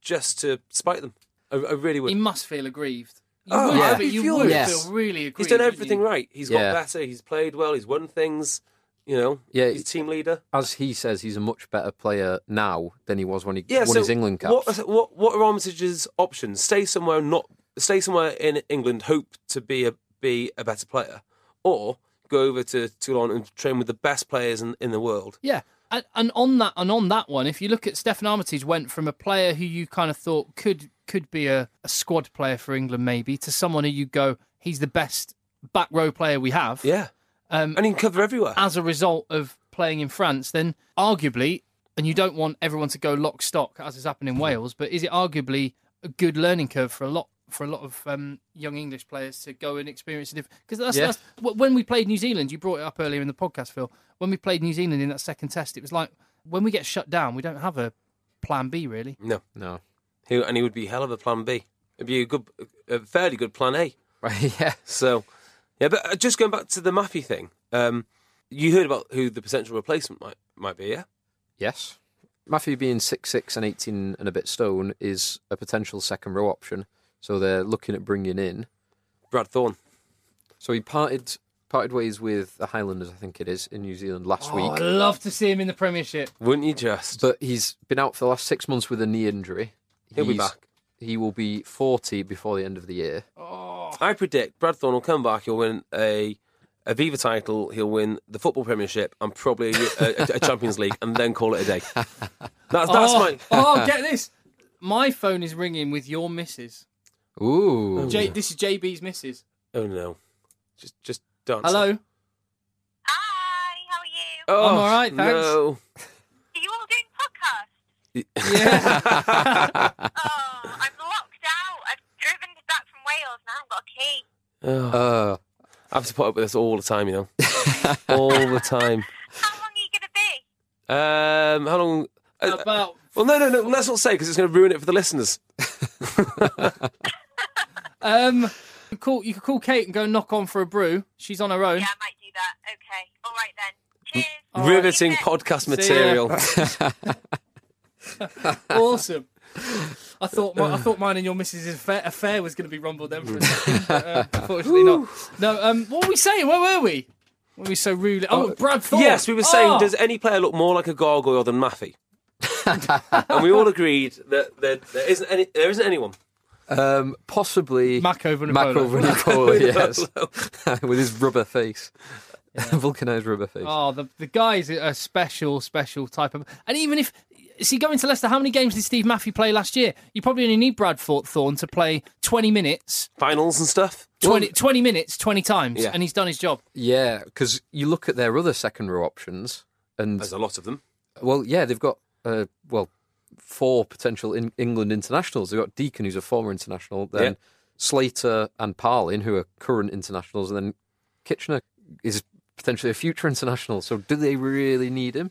[SPEAKER 2] just to spite them. I, I really would.
[SPEAKER 1] He must feel aggrieved. You
[SPEAKER 2] Oh,
[SPEAKER 1] would,
[SPEAKER 3] I'd
[SPEAKER 1] but
[SPEAKER 2] be
[SPEAKER 1] you
[SPEAKER 2] furious.
[SPEAKER 1] would
[SPEAKER 3] Yes.
[SPEAKER 1] feel really aggrieved.
[SPEAKER 2] he's done
[SPEAKER 1] wouldn't
[SPEAKER 2] everything
[SPEAKER 1] you?
[SPEAKER 2] right. He's
[SPEAKER 3] Yeah.
[SPEAKER 2] got better. He's played well. He's won things. You know.
[SPEAKER 3] Yeah,
[SPEAKER 2] He's team leader.
[SPEAKER 3] As he says, he's a much better player now than he was when he
[SPEAKER 2] Yeah.
[SPEAKER 3] won
[SPEAKER 2] so
[SPEAKER 3] his England cap.
[SPEAKER 2] What, what, what are Armitage's options? Stay somewhere not stay somewhere in England. Hope to be a be a better player, or go over to Toulon and train with the best players in, in the world.
[SPEAKER 1] Yeah. And, and on that and on that one, if you look at Stefan Armitage, went from a player who you kind of thought could could be a, a squad player for England maybe to someone who you go, he's the best back row player we have.
[SPEAKER 2] Yeah.
[SPEAKER 1] Um,
[SPEAKER 2] and he can cover everywhere.
[SPEAKER 1] as a result of playing in France, then arguably and you don't want everyone to go lock stock as has happened in Wales. But is it arguably a good learning curve for a lot for a lot of um, young English players to go and experience a different? Because that's,
[SPEAKER 3] Yeah.
[SPEAKER 1] that's wh- when we played New Zealand. You brought it up earlier in the podcast, Phil. When we played New Zealand in that second test, it was like when we get shut down, we don't have a plan B really.
[SPEAKER 2] No,
[SPEAKER 3] No. <laughs>
[SPEAKER 2] he, and he would be hell of a plan B. It'd be a good, a fairly good plan A.
[SPEAKER 3] Right, yeah.
[SPEAKER 2] So, yeah, but uh, just going back to the Maffy thing, um, you heard about who the potential replacement might might be, yeah?
[SPEAKER 3] Yes. Matthew being six six and 18 and a bit stone is a potential second row option. So they're looking at bringing in.
[SPEAKER 2] Brad Thorne.
[SPEAKER 3] So he parted parted ways with the Highlanders, I think it is, in New Zealand last
[SPEAKER 1] Oh, I'd
[SPEAKER 3] week.
[SPEAKER 1] love to see him in the Premiership.
[SPEAKER 2] Wouldn't you just?
[SPEAKER 3] But he's been out for the last six months with a knee injury.
[SPEAKER 2] He'll be
[SPEAKER 3] He's-
[SPEAKER 2] back.
[SPEAKER 3] He will be 40 before the end of the year.
[SPEAKER 2] I predict Brad Thorne will come back. He'll win a a Viva title. He'll win the football Premiership and probably a, a,
[SPEAKER 1] <laughs>
[SPEAKER 2] a Champions League, and then call it a day. That's that's
[SPEAKER 1] oh,
[SPEAKER 2] my.
[SPEAKER 1] <laughs> oh, get this. My phone is ringing with your missus.
[SPEAKER 3] Ooh.
[SPEAKER 1] J- this is JB's missus.
[SPEAKER 2] Oh no, just just dance.
[SPEAKER 1] Hello.
[SPEAKER 5] Hi, how are you?
[SPEAKER 2] Oh,
[SPEAKER 1] I'm all right, thanks.
[SPEAKER 2] No.
[SPEAKER 5] Are you all doing podcast?
[SPEAKER 1] <laughs> Yeah.
[SPEAKER 5] Oh, I'm locked out. I've driven back from Wales and I haven't got a key.
[SPEAKER 2] Oh,
[SPEAKER 3] Uh,
[SPEAKER 2] I have to put up with this all the time,
[SPEAKER 1] <laughs>
[SPEAKER 2] you know, all the time.
[SPEAKER 5] How long are you going to be?
[SPEAKER 2] Um, how long? uh,
[SPEAKER 1] About
[SPEAKER 2] well, no, no, no. Let's not say because it's going to ruin it for the listeners.
[SPEAKER 1] um, you call you could call Kate and go knock on for a brew. She's on her own.
[SPEAKER 5] Yeah, I might do that. Okay. All right then. Cheers.
[SPEAKER 2] Riveting
[SPEAKER 5] Keep it.
[SPEAKER 2] podcast
[SPEAKER 1] ya. <laughs>
[SPEAKER 2] material.
[SPEAKER 1] <laughs> Awesome. I thought my, I
[SPEAKER 2] <laughs>
[SPEAKER 1] thought mine and your missus' affair, affair was going to be rumbled then for a second, but, uh, unfortunately not. No. Um, what were we saying? Where were we? Were we so rude? Oh, Brad Thorpe.
[SPEAKER 2] Yes, we were saying,
[SPEAKER 1] Oh!
[SPEAKER 2] does any player look more like a gargoyle than Maffy? and we all agreed that there, there isn't any. There isn't anyone.
[SPEAKER 3] um, possibly
[SPEAKER 1] Mako Vunipola.
[SPEAKER 3] Mako
[SPEAKER 2] <laughs>
[SPEAKER 3] Vunipola, yes, <laughs> with his rubber face, <laughs> vulcanized rubber face.
[SPEAKER 1] Oh, the the guy is a special, special type of. And even if see going to Leicester, how many games did Steve Maffey play last year? You probably only need Brad Thor- Thorne to play twenty minutes,
[SPEAKER 2] Finals and stuff.
[SPEAKER 1] 20, 20 minutes, twenty times,
[SPEAKER 2] Yeah.
[SPEAKER 1] and he's done his job.
[SPEAKER 3] Yeah, because you look at their other second row options, and
[SPEAKER 2] There's a lot of them.
[SPEAKER 3] well, yeah, they've got uh, well four potential in- England internationals. They've got Deacon, who's a former international, then
[SPEAKER 2] Yeah.
[SPEAKER 3] Slater and Parlin, who are current internationals, and then Kitchener is potentially a future international. So, do they really need him?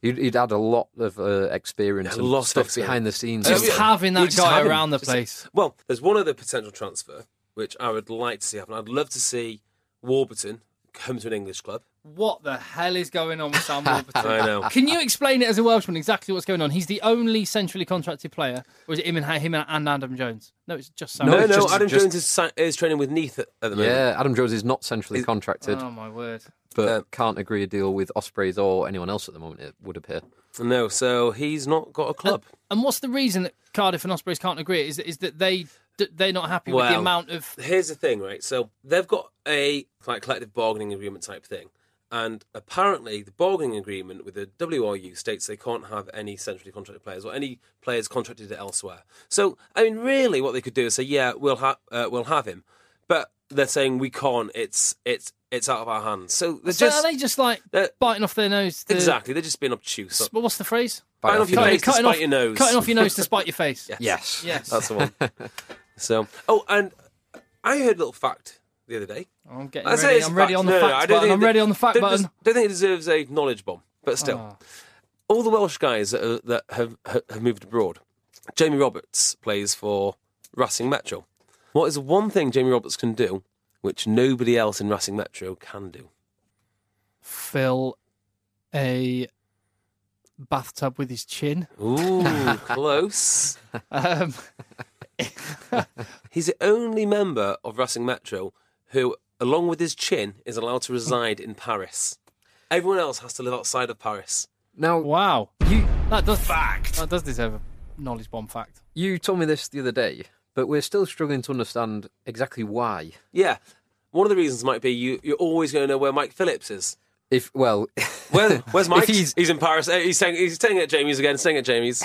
[SPEAKER 3] He'd, he'd add a lot of uh, experience,
[SPEAKER 2] Hmm. A
[SPEAKER 3] and
[SPEAKER 2] lot of
[SPEAKER 3] stuff behind the scenes.
[SPEAKER 1] Just
[SPEAKER 2] yeah.
[SPEAKER 1] having
[SPEAKER 2] You
[SPEAKER 1] that
[SPEAKER 2] just
[SPEAKER 1] guy
[SPEAKER 2] have him.
[SPEAKER 1] around the
[SPEAKER 2] Just-
[SPEAKER 1] place.
[SPEAKER 2] Well, there's one other potential transfer which I would like to see happen. I'd love to see Warburton come to an English club.
[SPEAKER 1] What the hell is going on with Sam <laughs> Warburton?
[SPEAKER 2] I know.
[SPEAKER 1] Can you explain it as a Welshman exactly what's going on? He's the only centrally contracted player, or is it him and him and Adam Jones? No, it's just Sam.
[SPEAKER 2] No, no,
[SPEAKER 3] it's just-
[SPEAKER 2] Adam
[SPEAKER 3] just-
[SPEAKER 2] Jones is, si- is training with Neath at, at the moment.
[SPEAKER 3] yeah, Adam Jones is not centrally contracted,
[SPEAKER 1] Oh my word!
[SPEAKER 3] but
[SPEAKER 2] Uh,
[SPEAKER 3] can't agree a deal with Ospreys or anyone else at the moment. It would appear.
[SPEAKER 2] No, so he's not got a club.
[SPEAKER 1] And what's the reason that Cardiff and Ospreys can't agree? Is is that they that they're not happy with the
[SPEAKER 2] Well,
[SPEAKER 1] amount of
[SPEAKER 2] Here's the thing, right? So they've got a like collective bargaining agreement type thing, and apparently the bargaining agreement with the WRU states they can't have any centrally contracted players or any players contracted elsewhere. So I mean, really, what they could do is say, yeah, we'll have uh, we'll have him, but they're saying we can't. It's it's it's out of our hands. So they're
[SPEAKER 1] So
[SPEAKER 2] just
[SPEAKER 1] are they just like
[SPEAKER 2] they're-
[SPEAKER 1] biting off their nose? To,
[SPEAKER 2] exactly they're just being obtuse.
[SPEAKER 1] s- Well, what's the phrase?
[SPEAKER 2] Bite off your
[SPEAKER 1] Cutting-
[SPEAKER 2] face to
[SPEAKER 1] cutting
[SPEAKER 2] spite
[SPEAKER 1] off
[SPEAKER 2] your nose.
[SPEAKER 1] Cutting off your nose to
[SPEAKER 2] <laughs>
[SPEAKER 1] spite your face.
[SPEAKER 3] Yes.
[SPEAKER 1] Yes.
[SPEAKER 2] That's
[SPEAKER 1] <laughs>
[SPEAKER 2] the one. so oh, and I heard a little fact the other day.
[SPEAKER 1] I'm getting
[SPEAKER 2] I say
[SPEAKER 1] ready.
[SPEAKER 2] it's
[SPEAKER 1] I'm
[SPEAKER 2] a
[SPEAKER 1] ready
[SPEAKER 2] fact.
[SPEAKER 1] on the
[SPEAKER 2] No, no, I
[SPEAKER 1] fact
[SPEAKER 2] don't
[SPEAKER 1] button.
[SPEAKER 2] think
[SPEAKER 1] I'm
[SPEAKER 2] it-
[SPEAKER 1] ready on the fact
[SPEAKER 2] don't,
[SPEAKER 1] button. Ah.
[SPEAKER 2] Don't think it deserves a knowledge bomb, but still, all the Welsh guys that, are, that have ha- have moved abroad. Jamie Roberts plays for Racing Metro. What is one thing Jamie Roberts can do, which nobody else in Racing Metro can do?
[SPEAKER 1] Fill a bathtub with his chin. <laughs>
[SPEAKER 2] Ooh, close.
[SPEAKER 1] Um,
[SPEAKER 2] He's the only member of Racing Metro who, along with his chin, is allowed to reside in Paris. Everyone else has to live outside of Paris.
[SPEAKER 3] Now
[SPEAKER 1] wow. You that does fact. That does deserve a knowledge bomb fact.
[SPEAKER 3] You told me this the other day, but we're still struggling to understand exactly why.
[SPEAKER 2] Yeah. One of the reasons might be you, you're always going to know where Mike Phillips is.
[SPEAKER 3] If well, <laughs>
[SPEAKER 2] Where, where's
[SPEAKER 3] if
[SPEAKER 2] Mike? He's,
[SPEAKER 3] he's-
[SPEAKER 2] in Paris. Eh, He's saying he's staying at Jamie's again. Staying at
[SPEAKER 3] <laughs>
[SPEAKER 2] Jamie's.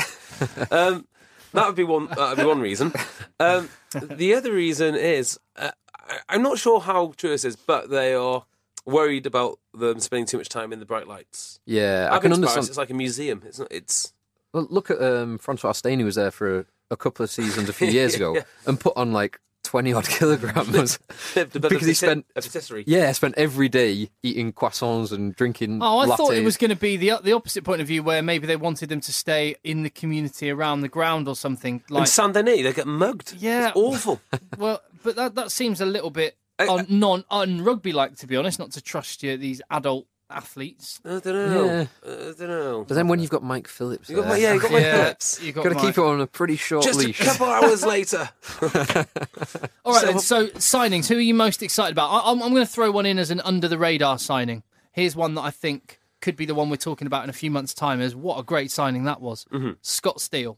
[SPEAKER 2] Um, that would be one. That would be one reason. Um, the other reason is uh, I, I'm not sure how true this is, but they are worried about them spending too much time in the bright lights.
[SPEAKER 3] Yeah,
[SPEAKER 2] I've
[SPEAKER 3] I can
[SPEAKER 2] been to Paris,
[SPEAKER 3] understand.
[SPEAKER 2] It's like a museum. It's not. It's
[SPEAKER 3] Well, look at um, Francois Stain, who was there for a, a couple of seasons a few
[SPEAKER 2] <laughs>
[SPEAKER 3] years ago and put on like 20 odd <laughs> kilograms.
[SPEAKER 2] they've developed
[SPEAKER 3] Because he
[SPEAKER 2] a pati-
[SPEAKER 3] spent-
[SPEAKER 2] a patisserie.
[SPEAKER 3] yeah, spent every day eating croissants and drinking.
[SPEAKER 1] Oh, I thought it
[SPEAKER 3] lattes.
[SPEAKER 1] was going to be the the opposite point of view, where maybe they wanted them to stay in the community around the ground or something.
[SPEAKER 2] In
[SPEAKER 1] Like,
[SPEAKER 2] Saint Denis, they get mugged.
[SPEAKER 1] Yeah.
[SPEAKER 2] it's awful.
[SPEAKER 3] <laughs>
[SPEAKER 1] well, but that that seems a little bit
[SPEAKER 2] I-
[SPEAKER 1] un, non un rugby like, to be honest. Not to trust you these adult athletes.
[SPEAKER 2] I don't know.
[SPEAKER 3] Yeah.
[SPEAKER 2] I don't know.
[SPEAKER 3] But then when you've got Mike Phillips,
[SPEAKER 2] You got
[SPEAKER 3] there,
[SPEAKER 2] my- yeah, you
[SPEAKER 3] <laughs>
[SPEAKER 2] got my Phillips.
[SPEAKER 1] you
[SPEAKER 3] got to keep
[SPEAKER 1] Mike.
[SPEAKER 3] it on a pretty short
[SPEAKER 2] Just <laughs>
[SPEAKER 3] leash.
[SPEAKER 2] a couple hours later,
[SPEAKER 1] All right,
[SPEAKER 2] So-
[SPEAKER 1] then. So signings. Who are you most excited about? I, I'm, I'm going to throw one in as an under the radar signing. Here's one that I think could be the one we're talking about in a few months' time. Is what a great signing that was.
[SPEAKER 2] Mm-hmm.
[SPEAKER 1] Scott Steele,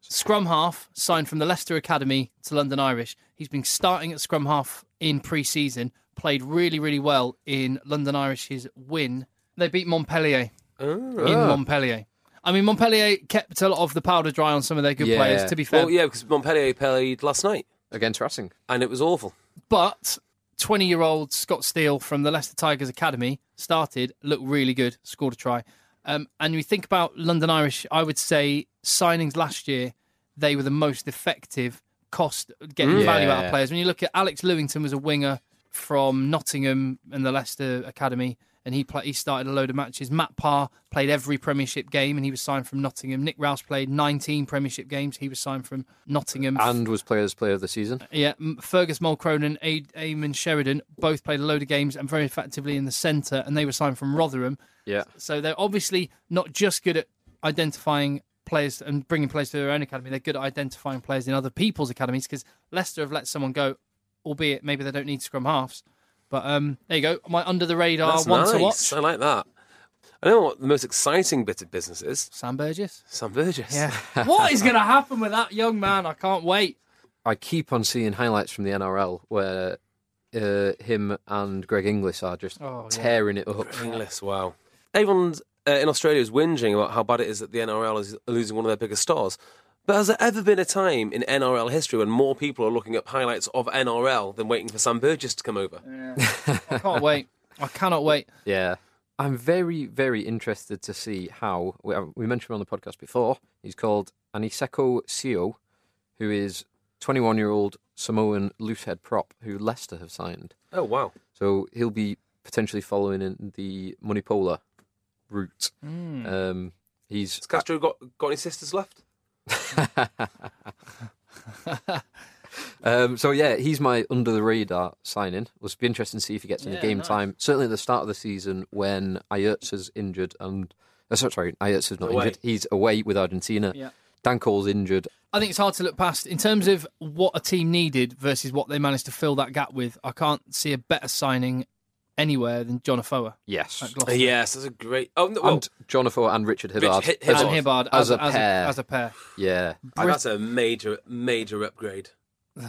[SPEAKER 1] scrum half, signed from the Leicester Academy to London Irish. He's been starting at scrum half in pre-season. Played really, really well in London Irish's win. They beat Montpellier
[SPEAKER 2] Ah.
[SPEAKER 1] in Montpellier. I mean, Montpellier kept a lot of the powder dry on some of their good
[SPEAKER 3] Yeah.
[SPEAKER 1] players. To be fair,
[SPEAKER 2] well, yeah, because Montpellier played last night,
[SPEAKER 3] against Racing.
[SPEAKER 2] and it was awful.
[SPEAKER 1] But 20 year old Scott Steele from the Leicester Tigers Academy started, looked really good, scored a try. Um, and you think about London Irish, I would say signings last year, they were the most effective cost getting value out of
[SPEAKER 3] Mm. Yeah.
[SPEAKER 1] players. When you look at Alex Lewington was a winger from Nottingham and the Leicester Academy, and he play, he started a load of matches. Matt Parr played every Premiership game, and he was signed from Nottingham. Nick Rouse played 19 Premiership games. He was signed from Nottingham.
[SPEAKER 3] and was Players Player of the Season.
[SPEAKER 1] Yeah, M- Fergus Mulcrone and a- Eamon Sheridan both played a load of games and very effectively in the centre, and they were signed from Rotherham.
[SPEAKER 3] Yeah,
[SPEAKER 1] So they're obviously not just good at identifying players and bringing players to their own academy, they're good at identifying players in other people's academies because Leicester have let someone go, albeit maybe they don't need scrum halves. But um, there you go, my under the radar
[SPEAKER 2] That's
[SPEAKER 1] Uh, one
[SPEAKER 2] nice.
[SPEAKER 1] to watch.
[SPEAKER 2] I like that. I know what the most exciting bit of business is.
[SPEAKER 1] Sam Burgess.
[SPEAKER 2] Sam Burgess. <laughs>
[SPEAKER 1] Yeah. what is going to happen with that young man? I can't wait.
[SPEAKER 3] I keep on seeing highlights from the NRL where uh, him and Greg Inglis are just
[SPEAKER 1] Oh, yeah.
[SPEAKER 3] tearing it up.
[SPEAKER 2] Inglis, wow. Everyone uh, in Australia is whinging about how bad it is that the NRL is losing one of their biggest stars. But has there ever been a time in NRL history when more people are looking up highlights of NRL than waiting for Sam Burgess to come over?
[SPEAKER 1] I
[SPEAKER 2] <laughs>
[SPEAKER 1] can't wait. I cannot wait.
[SPEAKER 3] Yeah. I'm very, very interested to see how we, uh, we mentioned him on the podcast before. He's called Aniseko Sio, who is 21 year old Samoan loosehead prop who Leicester have signed.
[SPEAKER 2] Oh, wow.
[SPEAKER 3] So he'll be potentially following in the Munipola route.
[SPEAKER 1] Hmm.
[SPEAKER 3] Um, he's
[SPEAKER 2] Has Castro got, got any sisters left?
[SPEAKER 3] <laughs> um, so yeah, he's my under the radar signing. It'll be interesting to see if he gets any
[SPEAKER 1] Yeah,
[SPEAKER 3] game
[SPEAKER 1] nice.
[SPEAKER 3] time. Certainly at the start of the season when Ayerts is injured and uh, so- sorry, Ayerts is not
[SPEAKER 2] Away.
[SPEAKER 3] injured. He's away with Argentina.
[SPEAKER 1] Yeah.
[SPEAKER 3] Dan Cole's injured.
[SPEAKER 1] I think it's hard to look past in terms of what a team needed versus what they managed to fill that gap with. I can't see a better signing anywhere than John Afoa.
[SPEAKER 3] Yes.
[SPEAKER 1] at Gloucester.
[SPEAKER 2] Yes, that's a great. Oh, no, well,
[SPEAKER 3] And John Afoa and Richard Hibbard.
[SPEAKER 2] Hi-
[SPEAKER 3] as-
[SPEAKER 1] and Hibbard
[SPEAKER 3] as, a
[SPEAKER 1] as
[SPEAKER 3] pair.
[SPEAKER 1] A, as a pair.
[SPEAKER 3] yeah.
[SPEAKER 2] uh, that's a major, major upgrade.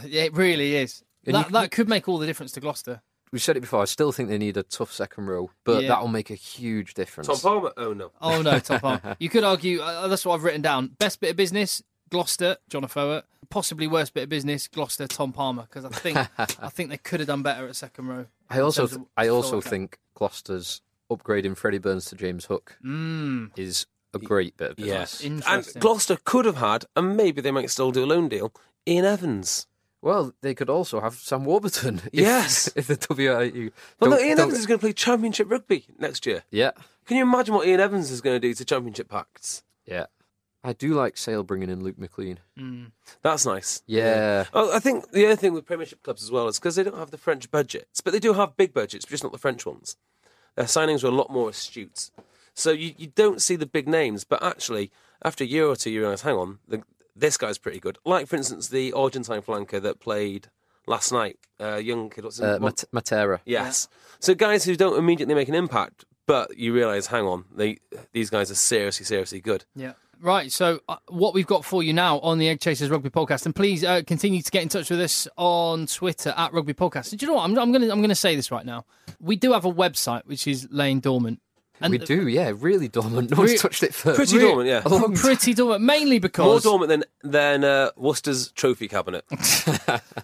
[SPEAKER 1] Yeah, it really is.
[SPEAKER 3] And
[SPEAKER 1] That,
[SPEAKER 3] you-
[SPEAKER 1] that could make all the difference to Gloucester.
[SPEAKER 3] We said it before. I still think they need a tough second row, but
[SPEAKER 1] Yeah.
[SPEAKER 3] that'll make a huge difference.
[SPEAKER 2] Tom Palmer? Oh, no.
[SPEAKER 1] Oh no, top
[SPEAKER 3] <laughs>
[SPEAKER 1] half. You could argue uh, that's what I've written down. Best bit of business, Gloucester, John Afoa. Possibly worst bit of business, Gloucester, Tom Palmer. Because I
[SPEAKER 3] <laughs>
[SPEAKER 1] think I think they could have done better at second row.
[SPEAKER 3] I
[SPEAKER 1] in
[SPEAKER 3] also,
[SPEAKER 1] terms of
[SPEAKER 3] I also
[SPEAKER 1] fill that gap.
[SPEAKER 3] think Gloucester's upgrading Freddie Burns to James Hook
[SPEAKER 1] Mm,
[SPEAKER 3] is a great bit of business.
[SPEAKER 2] And
[SPEAKER 1] interesting.
[SPEAKER 2] Gloucester could have had, and maybe they might still do a loan deal, Ian Evans.
[SPEAKER 3] Well, they could also have Sam Warburton. <laughs> If,
[SPEAKER 2] Yes.
[SPEAKER 3] if the WIU.
[SPEAKER 2] Well, no,
[SPEAKER 3] don't-
[SPEAKER 2] Ian
[SPEAKER 3] don't-
[SPEAKER 2] Evans is going to play Championship Rugby next year.
[SPEAKER 3] Yeah,
[SPEAKER 2] Can you imagine what Ian Evans is going to do to Championship pacts?
[SPEAKER 3] yeah. I do like Sale bringing in Luke McLean.
[SPEAKER 2] That's nice.
[SPEAKER 3] Yeah,
[SPEAKER 2] Oh, I think the other thing with Premiership clubs as well is because they don't have the French budgets, but they do have big budgets, but just not the French ones. Their signings were a lot more astute. So you, you don't see the big names, but actually, after a year or two, you realise, hang on, the, this guy's pretty good. Like, for instance, the Argentine flanker that played last night, uh, young kid, what's his
[SPEAKER 3] Uh,
[SPEAKER 2] name?
[SPEAKER 3] Mat- Matera.
[SPEAKER 2] Yes. So guys who don't immediately make an impact, but you realise, hang on, they these guys are seriously, seriously good.
[SPEAKER 1] Yeah. Right. So, uh, what we've got for you now on the Egg Chasers Rugby Podcast, and please uh, continue to get in touch with us on Twitter at Rugby Podcast. And do you know what? I'm, I'm going to I'm going to say this right now. We do have a website which is laying dormant. And
[SPEAKER 3] we do, yeah, really dormant. No one's
[SPEAKER 1] Re-
[SPEAKER 3] touched it first.
[SPEAKER 2] Pretty dormant, yeah.
[SPEAKER 3] A long
[SPEAKER 1] <laughs>
[SPEAKER 3] time.
[SPEAKER 1] Pretty dormant, mainly
[SPEAKER 2] More
[SPEAKER 1] because
[SPEAKER 2] dormant than than uh, Worcester's trophy cabinet.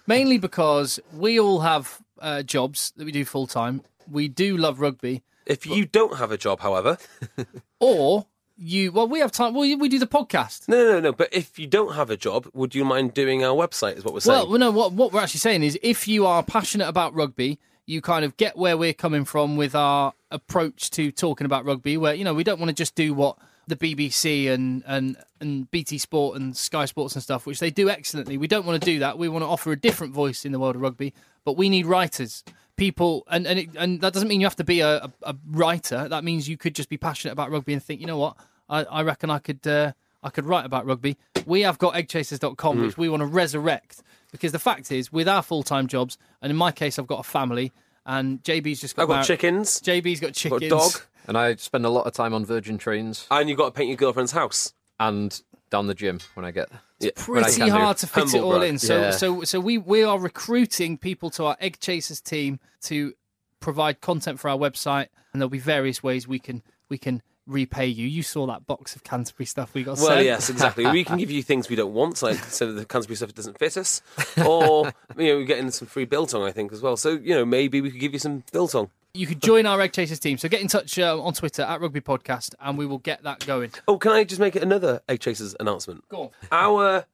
[SPEAKER 1] mainly because we all have uh, jobs that we do full time. We do love rugby,
[SPEAKER 2] If you don't have a job, however, <laughs>
[SPEAKER 1] or you. Well, we have time. Well, we do the podcast.
[SPEAKER 2] no, no, no, no. But if you don't have a job, would you mind doing our website? Is what we're saying.
[SPEAKER 1] Well, no, what, what we're actually saying is if you are passionate about rugby, you kind of get where we're coming from with our approach to talking about rugby, where, you know, we don't want to just do what the BBC and, and, and BT Sport and Sky Sports and stuff, which they do excellently. We don't want to do that. We want to offer a different voice in the world of rugby, but we need writers. People, and and, it, and that doesn't mean you have to be a, a, a writer. That means you could just be passionate about rugby and think, you know what, I, I reckon I could uh, I could write about rugby. We have got eggchasers.com, which we want to resurrect because the fact is, with our full time jobs, and in my case, I've got a family, and JB's just got,
[SPEAKER 2] I've got
[SPEAKER 1] married-
[SPEAKER 2] chickens,
[SPEAKER 1] JB's got
[SPEAKER 2] I've got a
[SPEAKER 1] chickens.
[SPEAKER 2] dog,
[SPEAKER 3] And I spend a lot of time on Virgin trains
[SPEAKER 2] and you've got to paint your girlfriend's house.
[SPEAKER 3] and down the gym when I get.
[SPEAKER 2] Yeah.
[SPEAKER 3] when I
[SPEAKER 1] pretty
[SPEAKER 3] can do.
[SPEAKER 1] hard to fit it
[SPEAKER 2] Humble
[SPEAKER 1] all
[SPEAKER 2] brag.
[SPEAKER 1] in. So
[SPEAKER 3] Yeah.
[SPEAKER 1] so so we we are recruiting people to our egg chasers team to provide content for our website, and there'll be various ways we can we can repay you. You saw that box of Canterbury stuff we got.
[SPEAKER 2] Well,
[SPEAKER 1] sent.
[SPEAKER 2] yes, exactly. we can give you things we don't want, like so that the Canterbury stuff doesn't fit us,
[SPEAKER 1] <laughs>
[SPEAKER 2] or you know, we're getting some free biltong, I think, as well. So you know, maybe we could give you some biltong.
[SPEAKER 1] You could join our egg chasers team. So get in touch uh, on Twitter at Rugby Podcast, and we will get that going.
[SPEAKER 2] Oh, can I just make another Egg Chasers announcement?
[SPEAKER 1] Go on.
[SPEAKER 2] Our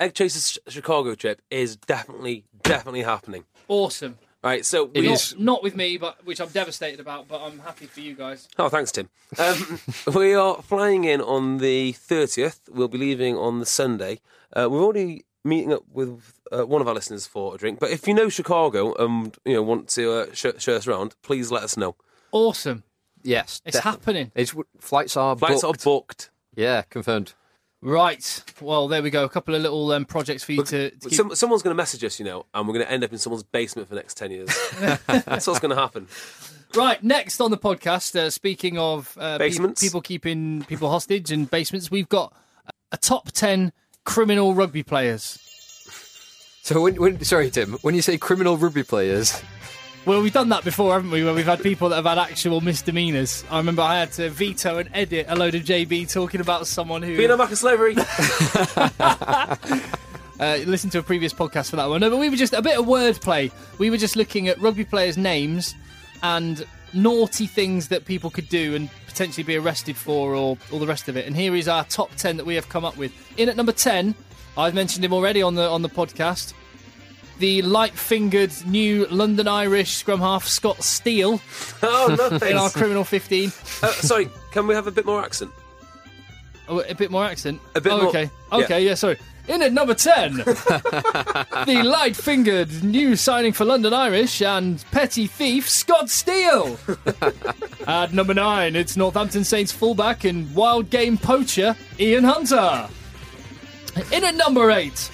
[SPEAKER 2] Egg Chasers Ch- Chicago trip is definitely, definitely happening.
[SPEAKER 1] Awesome.
[SPEAKER 2] Right, so
[SPEAKER 3] It
[SPEAKER 2] we-
[SPEAKER 1] Not,
[SPEAKER 3] is.
[SPEAKER 1] not with me, but which I'm devastated about. But I'm happy for you guys.
[SPEAKER 2] Oh, thanks, Tim. Um, <laughs> we are flying in on the 30th. We'll be leaving on the Sunday. Uh, we're already meeting up with uh, one of our listeners for a drink. But if you know Chicago and you know want to uh, sh- show us around, please let us know.
[SPEAKER 1] Awesome.
[SPEAKER 3] Yes,
[SPEAKER 1] It's happening.
[SPEAKER 3] It's flights are
[SPEAKER 2] Flights
[SPEAKER 3] booked.
[SPEAKER 2] are booked.
[SPEAKER 3] Yeah, confirmed.
[SPEAKER 1] Right. Well, there we go. A couple of little um, projects for you to, to keep.
[SPEAKER 2] Some, someone's going to message us, you know, and we're going to end up in someone's basement for the next 10 years. That's what's going to happen.
[SPEAKER 1] Right, next on the podcast, uh, speaking of uh, pe-
[SPEAKER 2] Basements.
[SPEAKER 1] people keeping people hostage and basements, we've got a top 10 criminal rugby players.
[SPEAKER 3] So when, when sorry Tim, when you say criminal rugby players,
[SPEAKER 1] Well, we've done that before, haven't we? Where we've had people that have had actual misdemeanors. I remember I had to veto and edit a load of JB talking about someone who.
[SPEAKER 2] Being a back of slavery. <laughs>
[SPEAKER 1] uh, listen to a previous podcast for that one. No, but we were just a bit of wordplay. We were just looking at rugby players' names and naughty things that people could do and potentially be arrested for or all the rest of it. And here is our top 10 that we have come up with. In at number 10, I've mentioned him already on the on the podcast. The light-fingered new London Irish scrum half Scott Steele
[SPEAKER 2] oh, no
[SPEAKER 1] in
[SPEAKER 2] <laughs>
[SPEAKER 1] our
[SPEAKER 2] thanks.
[SPEAKER 1] criminal 15.
[SPEAKER 2] Uh, sorry, can we have a bit more accent?
[SPEAKER 1] Oh, a bit more accent.
[SPEAKER 2] A bit
[SPEAKER 1] oh,
[SPEAKER 2] more-
[SPEAKER 1] Okay.
[SPEAKER 2] yeah.
[SPEAKER 1] Okay. Yeah. Sorry. In at number
[SPEAKER 2] <laughs>
[SPEAKER 1] ten, the light-fingered new signing for London Irish and petty thief Scott
[SPEAKER 2] <laughs>
[SPEAKER 1] Steele. at number nine, it's Northampton Saints fullback and wild game poacher Ian Hunter. In at number eight,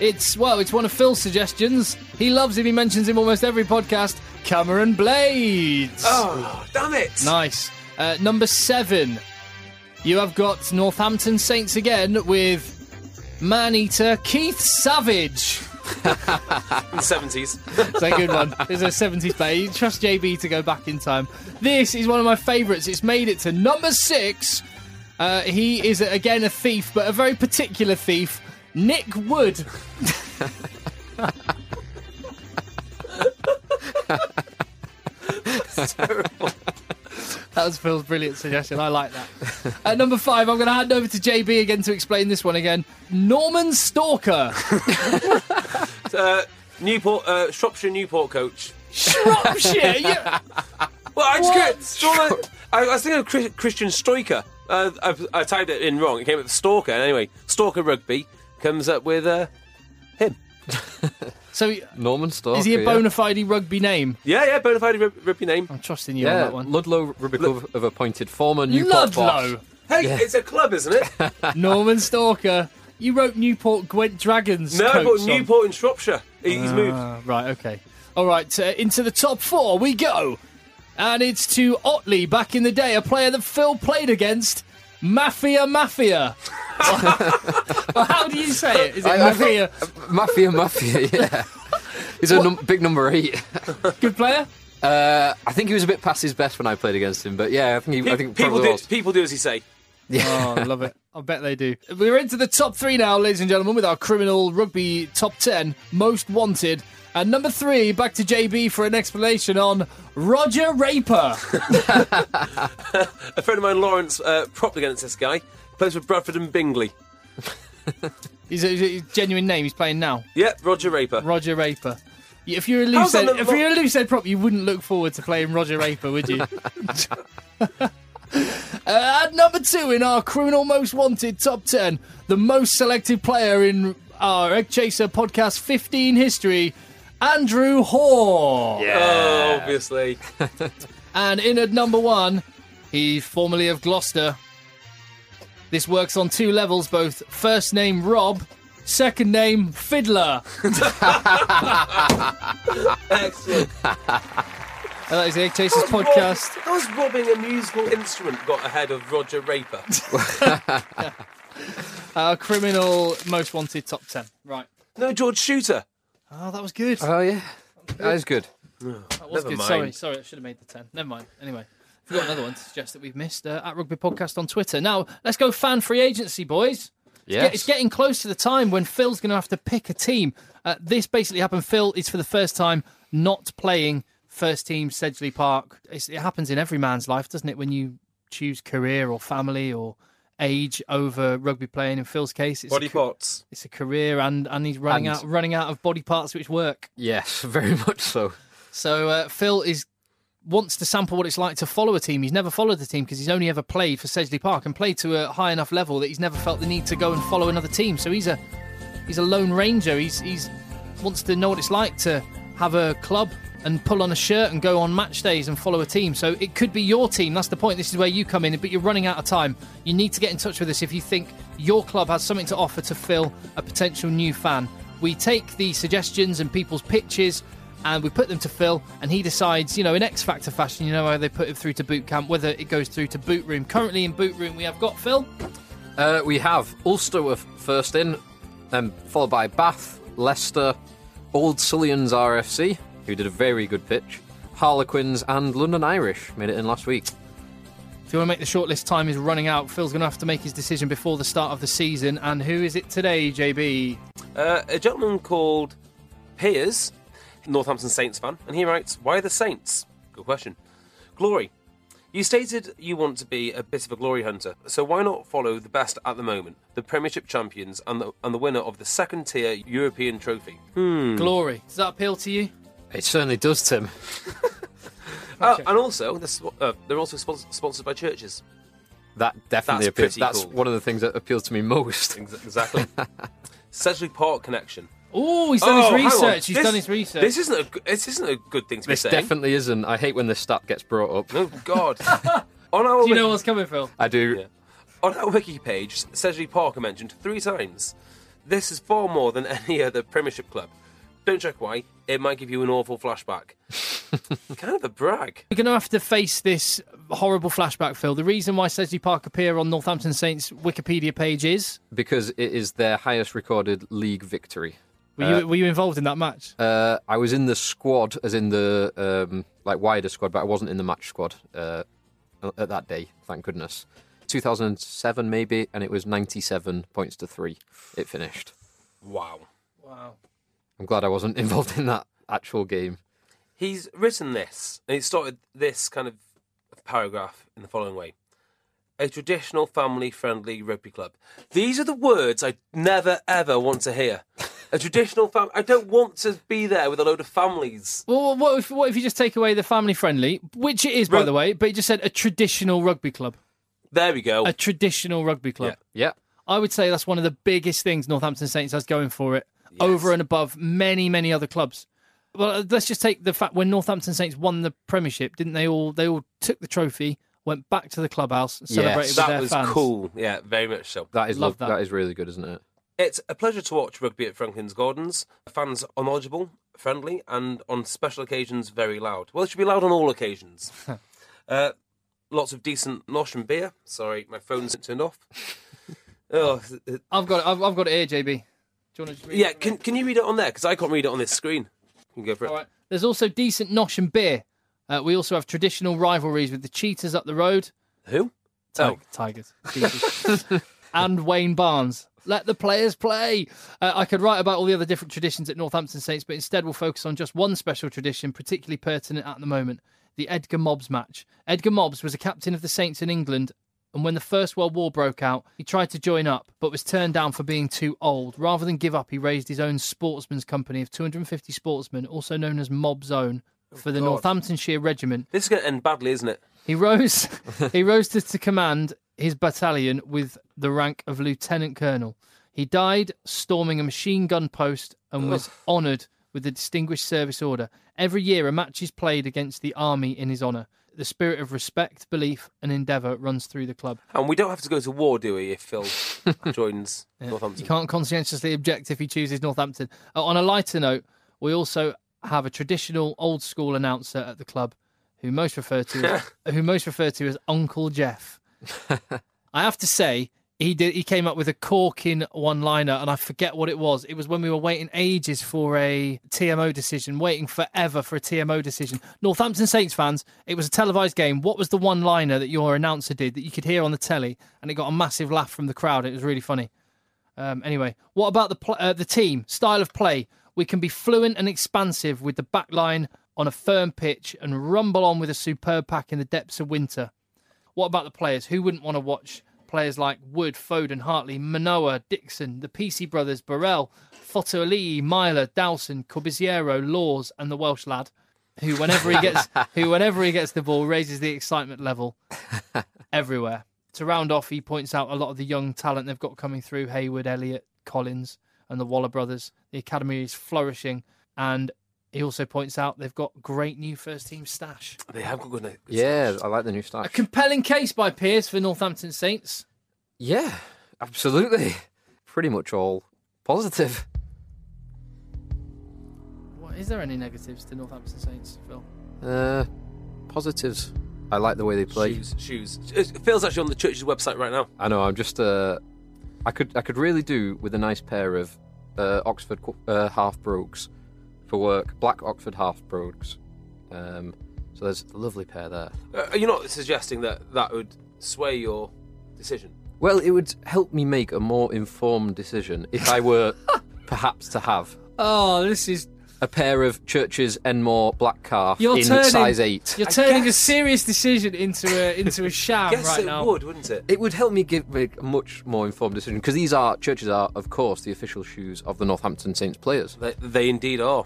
[SPEAKER 1] it's well, it's one of Phil's suggestions. He loves him. He mentions him almost every podcast. Cameron Blades.
[SPEAKER 2] Oh, damn it.
[SPEAKER 1] Nice. Uh, number seven, you have got Northampton Saints again with man eater Keith Savage.
[SPEAKER 2] In the 70s.
[SPEAKER 1] It's a good one. It's a 70s play. You trust JB to go back in time. This is one of my favourites. It's made it to number six. Uh, he is again a thief, but a very particular thief. Nick Wood. <laughs> That was Phil's brilliant suggestion. I like that. At number five, I'm going to hand over to JB again to explain this one again. Norman Stalker.
[SPEAKER 2] <laughs> Uh, Newport, uh, Shropshire Newport coach.
[SPEAKER 1] Shropshire. you-
[SPEAKER 2] Well, I just
[SPEAKER 1] What?
[SPEAKER 2] can't. Sure. I, I was thinking of Chris, Christian Stoiker. Uh, I, I typed it in wrong. It came up with Stalker. Anyway, Stalker Rugby comes up with uh, him.
[SPEAKER 1] So
[SPEAKER 3] Norman Stark.
[SPEAKER 1] Is he a
[SPEAKER 3] yeah.
[SPEAKER 1] bona fide rugby name?
[SPEAKER 2] Yeah, yeah, bona fide rug- rugby name.
[SPEAKER 1] I'm trusting you on
[SPEAKER 3] Yeah,
[SPEAKER 1] that one.
[SPEAKER 3] Ludlow Rugby Club have appointed former Newport
[SPEAKER 1] Ludlow,
[SPEAKER 3] <laughs>
[SPEAKER 2] Hey, it's a club, isn't it? no,
[SPEAKER 1] Norman Stalker. You wrote Newport Gwent Dragons.
[SPEAKER 2] I
[SPEAKER 1] coach
[SPEAKER 2] put
[SPEAKER 1] on.
[SPEAKER 2] Newport in Shropshire. He- He's moved.
[SPEAKER 1] Ah, right, okay. All right, uh, into the top four we go. And it's to Otley back in the day, a player that Phil played against. Mafia Mafia. <laughs> well, how do you say it? Is it
[SPEAKER 3] I- I think-
[SPEAKER 1] Mafia?
[SPEAKER 3] boss. Mafia, mafia. <laughs> Yeah, he's a num- big number eight.
[SPEAKER 1] Good player?
[SPEAKER 3] Uh, I think he was a bit past his best when I played against him, but yeah, I think he, I
[SPEAKER 2] Pe-
[SPEAKER 3] think
[SPEAKER 2] people,
[SPEAKER 3] probably
[SPEAKER 2] do,
[SPEAKER 3] was.
[SPEAKER 2] people do as he say.
[SPEAKER 1] Oh, I love it. <laughs> I bet they do. We're into the top three now, ladies and gentlemen, with our criminal rugby top 10 most wanted. And number three, back to JB for an explanation on Roger <laughs> Raper.
[SPEAKER 2] A friend of mine, Lawrence, uh, propped against this guy. Plays for Bradford and Bingley.
[SPEAKER 1] he's, a, he's a he's a genuine name. He's playing now.
[SPEAKER 2] Yep, Roger Raper.
[SPEAKER 1] Roger Raper. If you're a
[SPEAKER 2] How's
[SPEAKER 1] loose
[SPEAKER 2] that
[SPEAKER 1] end,
[SPEAKER 2] not
[SPEAKER 1] if
[SPEAKER 2] mo-
[SPEAKER 1] you're a loose end prop, you wouldn't look forward to playing Roger Raper, would
[SPEAKER 2] <laughs>
[SPEAKER 1] you? <laughs> uh, at number two in our criminal most wanted top ten, the most selected player in our Egg Chaser podcast 15 history, Andrew Hoare.
[SPEAKER 2] Oh, obviously.
[SPEAKER 1] And in at number one, he's formerly of Gloucester. This works on two levels both first name Rob, second name Fiddler. Uh,
[SPEAKER 2] Excellent.
[SPEAKER 1] And that is the Egg
[SPEAKER 2] <laughs> Oh,
[SPEAKER 1] Chasers podcast.
[SPEAKER 2] How's robbing a musical instrument got ahead of Roger Raper?
[SPEAKER 1] Our criminal most wanted top 10. Right.
[SPEAKER 2] no, George Shooter.
[SPEAKER 1] Oh, that was good.
[SPEAKER 3] Oh yeah, that is good.
[SPEAKER 1] that was
[SPEAKER 2] Uh, never
[SPEAKER 1] good. Sorry,
[SPEAKER 2] mind.
[SPEAKER 1] sorry, I should have made the 10. Never mind. Anyway, we've got another one to suggest that we've missed uh, at Rugby Podcast on Twitter. Now, let's go fan free agency, boys. It's,
[SPEAKER 3] Yes.
[SPEAKER 1] get- it's getting close to the time when Phil's going to have to pick a team. Uh, this basically happened. Phil is for the first time not playing first team Sedgley Park. It's, it happens in every man's life, doesn't it? When you choose career or family or age over rugby playing. In Phil's case, it's a
[SPEAKER 2] Body
[SPEAKER 1] ca-
[SPEAKER 2] parts.
[SPEAKER 1] it's a career and and he's running
[SPEAKER 3] And-
[SPEAKER 1] out running out of body parts which work.
[SPEAKER 3] Yes, <laughs> very much so.
[SPEAKER 1] So uh, Phil is wants to sample what it's like to follow a team. He's never followed a team because he's only ever played for Sedgley Park and played to a high enough level that he's never felt the need to go and follow another team. So he's a he's a lone ranger. He's he's wants to know what it's like to have a club and pull on a shirt and go on match days and follow a team. So it could be your team. That's the point. This is where you come in, but you're running out of time. You need to get in touch with us if you think your club has something to offer to Phil, a potential new fan. We take the suggestions and people's pitches and we put them to Phil, and he decides, you know, in X Factor fashion, you know, how they put it through to boot camp, whether it goes through to boot room. Currently in boot room, we have got Phil.
[SPEAKER 3] Uh, we have Ulster were f- first in, um, followed by Bath, Leicester, Old Sullion's RFC, who did a very good pitch, Harlequins, and London Irish made it in last week.
[SPEAKER 1] If you want to make the shortlist, time is running out. Phil's going to have to make his decision before the start of the season. And who is it today, JB?
[SPEAKER 2] Uh, a gentleman called Piers, Northampton Saints fan, and he writes, Why the Saints? Good question. Glory. You stated you want to be a bit of a glory hunter, so why not follow the best at the moment, the Premiership champions and the, and the winner of the second tier
[SPEAKER 1] <laughs>
[SPEAKER 2] European trophy? Hmm.
[SPEAKER 1] Glory. Does that appeal to you?
[SPEAKER 3] It certainly does, Tim.
[SPEAKER 2] Oh, and also, they're, spo- uh, they're also spons- sponsored by churches.
[SPEAKER 3] That definitely
[SPEAKER 2] That's
[SPEAKER 3] appeals.
[SPEAKER 2] pretty
[SPEAKER 3] That's
[SPEAKER 2] cool.
[SPEAKER 3] one of the things that appeals to me
[SPEAKER 2] <laughs>
[SPEAKER 3] most.
[SPEAKER 2] Ex- Exactly. Sedgley Park connection.
[SPEAKER 1] Oh, he's done
[SPEAKER 2] Oh, hang
[SPEAKER 1] his
[SPEAKER 2] on.
[SPEAKER 1] research. He's
[SPEAKER 2] This-
[SPEAKER 1] done his research.
[SPEAKER 2] This isn't a g- this isn't a good thing to
[SPEAKER 3] This
[SPEAKER 2] be saying.
[SPEAKER 3] definitely isn't. I hate when this stat gets brought up.
[SPEAKER 2] oh
[SPEAKER 1] <laughs>
[SPEAKER 2] God. on our
[SPEAKER 1] Do you know
[SPEAKER 2] wiki-
[SPEAKER 1] what's coming, Phil?
[SPEAKER 3] I do.
[SPEAKER 2] Yeah. on our wiki page, Sedgley Park are mentioned three times. This is far more than <laughs> any other Premiership club. Don't check why. It might give you an awful flashback.
[SPEAKER 1] <laughs>
[SPEAKER 2] kind of a brag.
[SPEAKER 1] We're going to have to face this horrible flashback, Phil. The reason why Sedgley Park appear on Northampton Saints Wikipedia page is.
[SPEAKER 3] Because it is their highest recorded league victory.
[SPEAKER 1] Were,
[SPEAKER 2] Uh,
[SPEAKER 1] you, were you involved in that match?
[SPEAKER 3] Uh, I was in the squad, as in the um, like wider squad, but I wasn't in the match squad uh, at that day. Thank goodness. 2007 maybe, and it was 97 points to three. It finished.
[SPEAKER 2] Wow.
[SPEAKER 1] wow.
[SPEAKER 3] I'm glad I wasn't <laughs> involved in that actual game.
[SPEAKER 2] He's written this, and he started this kind of paragraph in the following way A traditional family friendly rugby club. These are the words I never ever want to hear. A traditional family. I don't want to be there with a load of families.
[SPEAKER 1] Well, what if, what if you just take away the family friendly, which it is, by
[SPEAKER 2] Rug-
[SPEAKER 1] the way, but you just said a traditional rugby club.
[SPEAKER 2] There we go.
[SPEAKER 1] A traditional rugby club.
[SPEAKER 3] Yeah,
[SPEAKER 1] I would say that's one of the biggest things Northampton Saints has going for it over and above many, many other clubs. Well, uh, let's just take the fact when Northampton Saints won the Premiership, didn't they all? They all took the trophy, went back to the clubhouse, and celebrated
[SPEAKER 3] Yes.
[SPEAKER 1] with
[SPEAKER 2] that
[SPEAKER 1] their
[SPEAKER 2] was
[SPEAKER 1] fans.
[SPEAKER 2] cool. Yeah, very much so.
[SPEAKER 3] that is
[SPEAKER 1] Love
[SPEAKER 3] lov-
[SPEAKER 1] that.
[SPEAKER 3] that is really good, isn't it?
[SPEAKER 2] It's a pleasure to watch rugby at Franklin's Gardens. Fans are knowledgeable, friendly, and on special occasions very loud. Well, it should be loud on
[SPEAKER 1] <laughs>
[SPEAKER 2] all occasions. uh, lots of decent nosh and beer. Sorry, my phone's
[SPEAKER 1] <laughs>
[SPEAKER 2] turned off. oh, uh,
[SPEAKER 1] I've got it. I've, I've got it here, JB. Do you want to just read
[SPEAKER 2] yeah.
[SPEAKER 1] it?
[SPEAKER 2] Can can you read it on there? Because I can't read it on this screen. You can go for it.
[SPEAKER 1] All right. There's also decent nosh and beer. Uh, we also have traditional rivalries with the Cheetahs up the road.
[SPEAKER 2] Who?
[SPEAKER 1] Tig- Tigers. Jesus. and Wayne Barnes. Let the players play. Uh, I could write about all the other different traditions at Northampton Saints, but instead we'll focus on just one special tradition, particularly pertinent at the moment the Edgar Mobbs match. Edgar Mobbs was a captain of the Saints in England, and when the First World War broke out, he tried to join up, but was turned down for being too old. Rather than give up, he raised his own sportsman's company of 250 sportsmen, also known as Mob Zone, for the
[SPEAKER 2] God.
[SPEAKER 1] Northamptonshire Regiment.
[SPEAKER 2] This is going to end badly, isn't it?
[SPEAKER 1] He rose. <laughs> he rose to, to command his battalion with the rank of lieutenant colonel. He died storming a machine gun post and was honoured with the Distinguished Service Order. Every year, a match is played against the army in his honour. The spirit of respect, belief, and endeavour runs through the club.
[SPEAKER 2] And we don't have to go to war, do we,
[SPEAKER 1] <laughs>
[SPEAKER 2] if Phil joins Northampton?
[SPEAKER 1] You can't conscientiously object if he chooses Northampton. Uh, on a lighter note, we also have a traditional old school announcer at the club who most refer to as, who most refer to as Uncle Jeff. I have to say he did he came up with a corking one liner and I forget what it was. It was when we were waiting ages for a TMO decision, waiting forever for a TMO decision. Northampton Saints fans, it was a televised game. What was the one liner that your announcer did that you could hear on the telly and it got a massive laugh from the crowd. It was really funny. Um, anyway, what about the pl- uh, the team style of play? We can be fluent and expansive with the back line on a firm pitch and rumble on with a superb pack in the depths of winter. What about the players? Who wouldn't want to watch players like Wood, Foden, Hartley, Manoa, Dixon, the PC brothers, Burrell, Fotolii, Myler, Dowson, Corbisiero, Laws, and the Welsh lad, who whenever he gets who whenever he gets the ball raises the excitement level everywhere. To round off, he points out a lot of the young talent they've got coming through Hayward, Elliott, Collins, and the Waller brothers. The academy is flourishing, and he also points out they've got great new first team stash.
[SPEAKER 2] They have got good. good
[SPEAKER 3] Yeah, I like the new start.
[SPEAKER 1] A compelling case by Pierce for Northampton Saints.
[SPEAKER 3] Yeah, absolutely. Pretty much all positive.
[SPEAKER 1] What, is there any negatives to Northampton Saints, Phil?
[SPEAKER 3] Uh, positives. I like the way they play.
[SPEAKER 2] shoes. Shoes. It feels actually on the church's website right now.
[SPEAKER 3] I know. I'm just. Uh, I could. I could really do with a nice pair of uh, Oxford qu- uh, half brogues for work. Black Oxford half brogues. Um, so there's a lovely pair there.
[SPEAKER 2] Uh, are you not suggesting that that would sway your decision?
[SPEAKER 3] Well, it would help me make a more informed decision if
[SPEAKER 1] <laughs>
[SPEAKER 3] I were perhaps to have
[SPEAKER 1] Oh, this is
[SPEAKER 3] a pair of Church's Enmore black calf
[SPEAKER 1] you're
[SPEAKER 3] in
[SPEAKER 1] turning
[SPEAKER 3] size eight.
[SPEAKER 1] You're
[SPEAKER 2] I
[SPEAKER 1] turning a
[SPEAKER 2] guess-
[SPEAKER 1] serious decision into a
[SPEAKER 3] <laughs>
[SPEAKER 1] into a sham
[SPEAKER 2] Yes,
[SPEAKER 1] right
[SPEAKER 2] it
[SPEAKER 1] now.
[SPEAKER 2] would, wouldn't it?
[SPEAKER 3] It would help me give make a much more informed decision because these are churches are of course the official shoes of the Northampton Saints players.
[SPEAKER 2] They, they indeed are.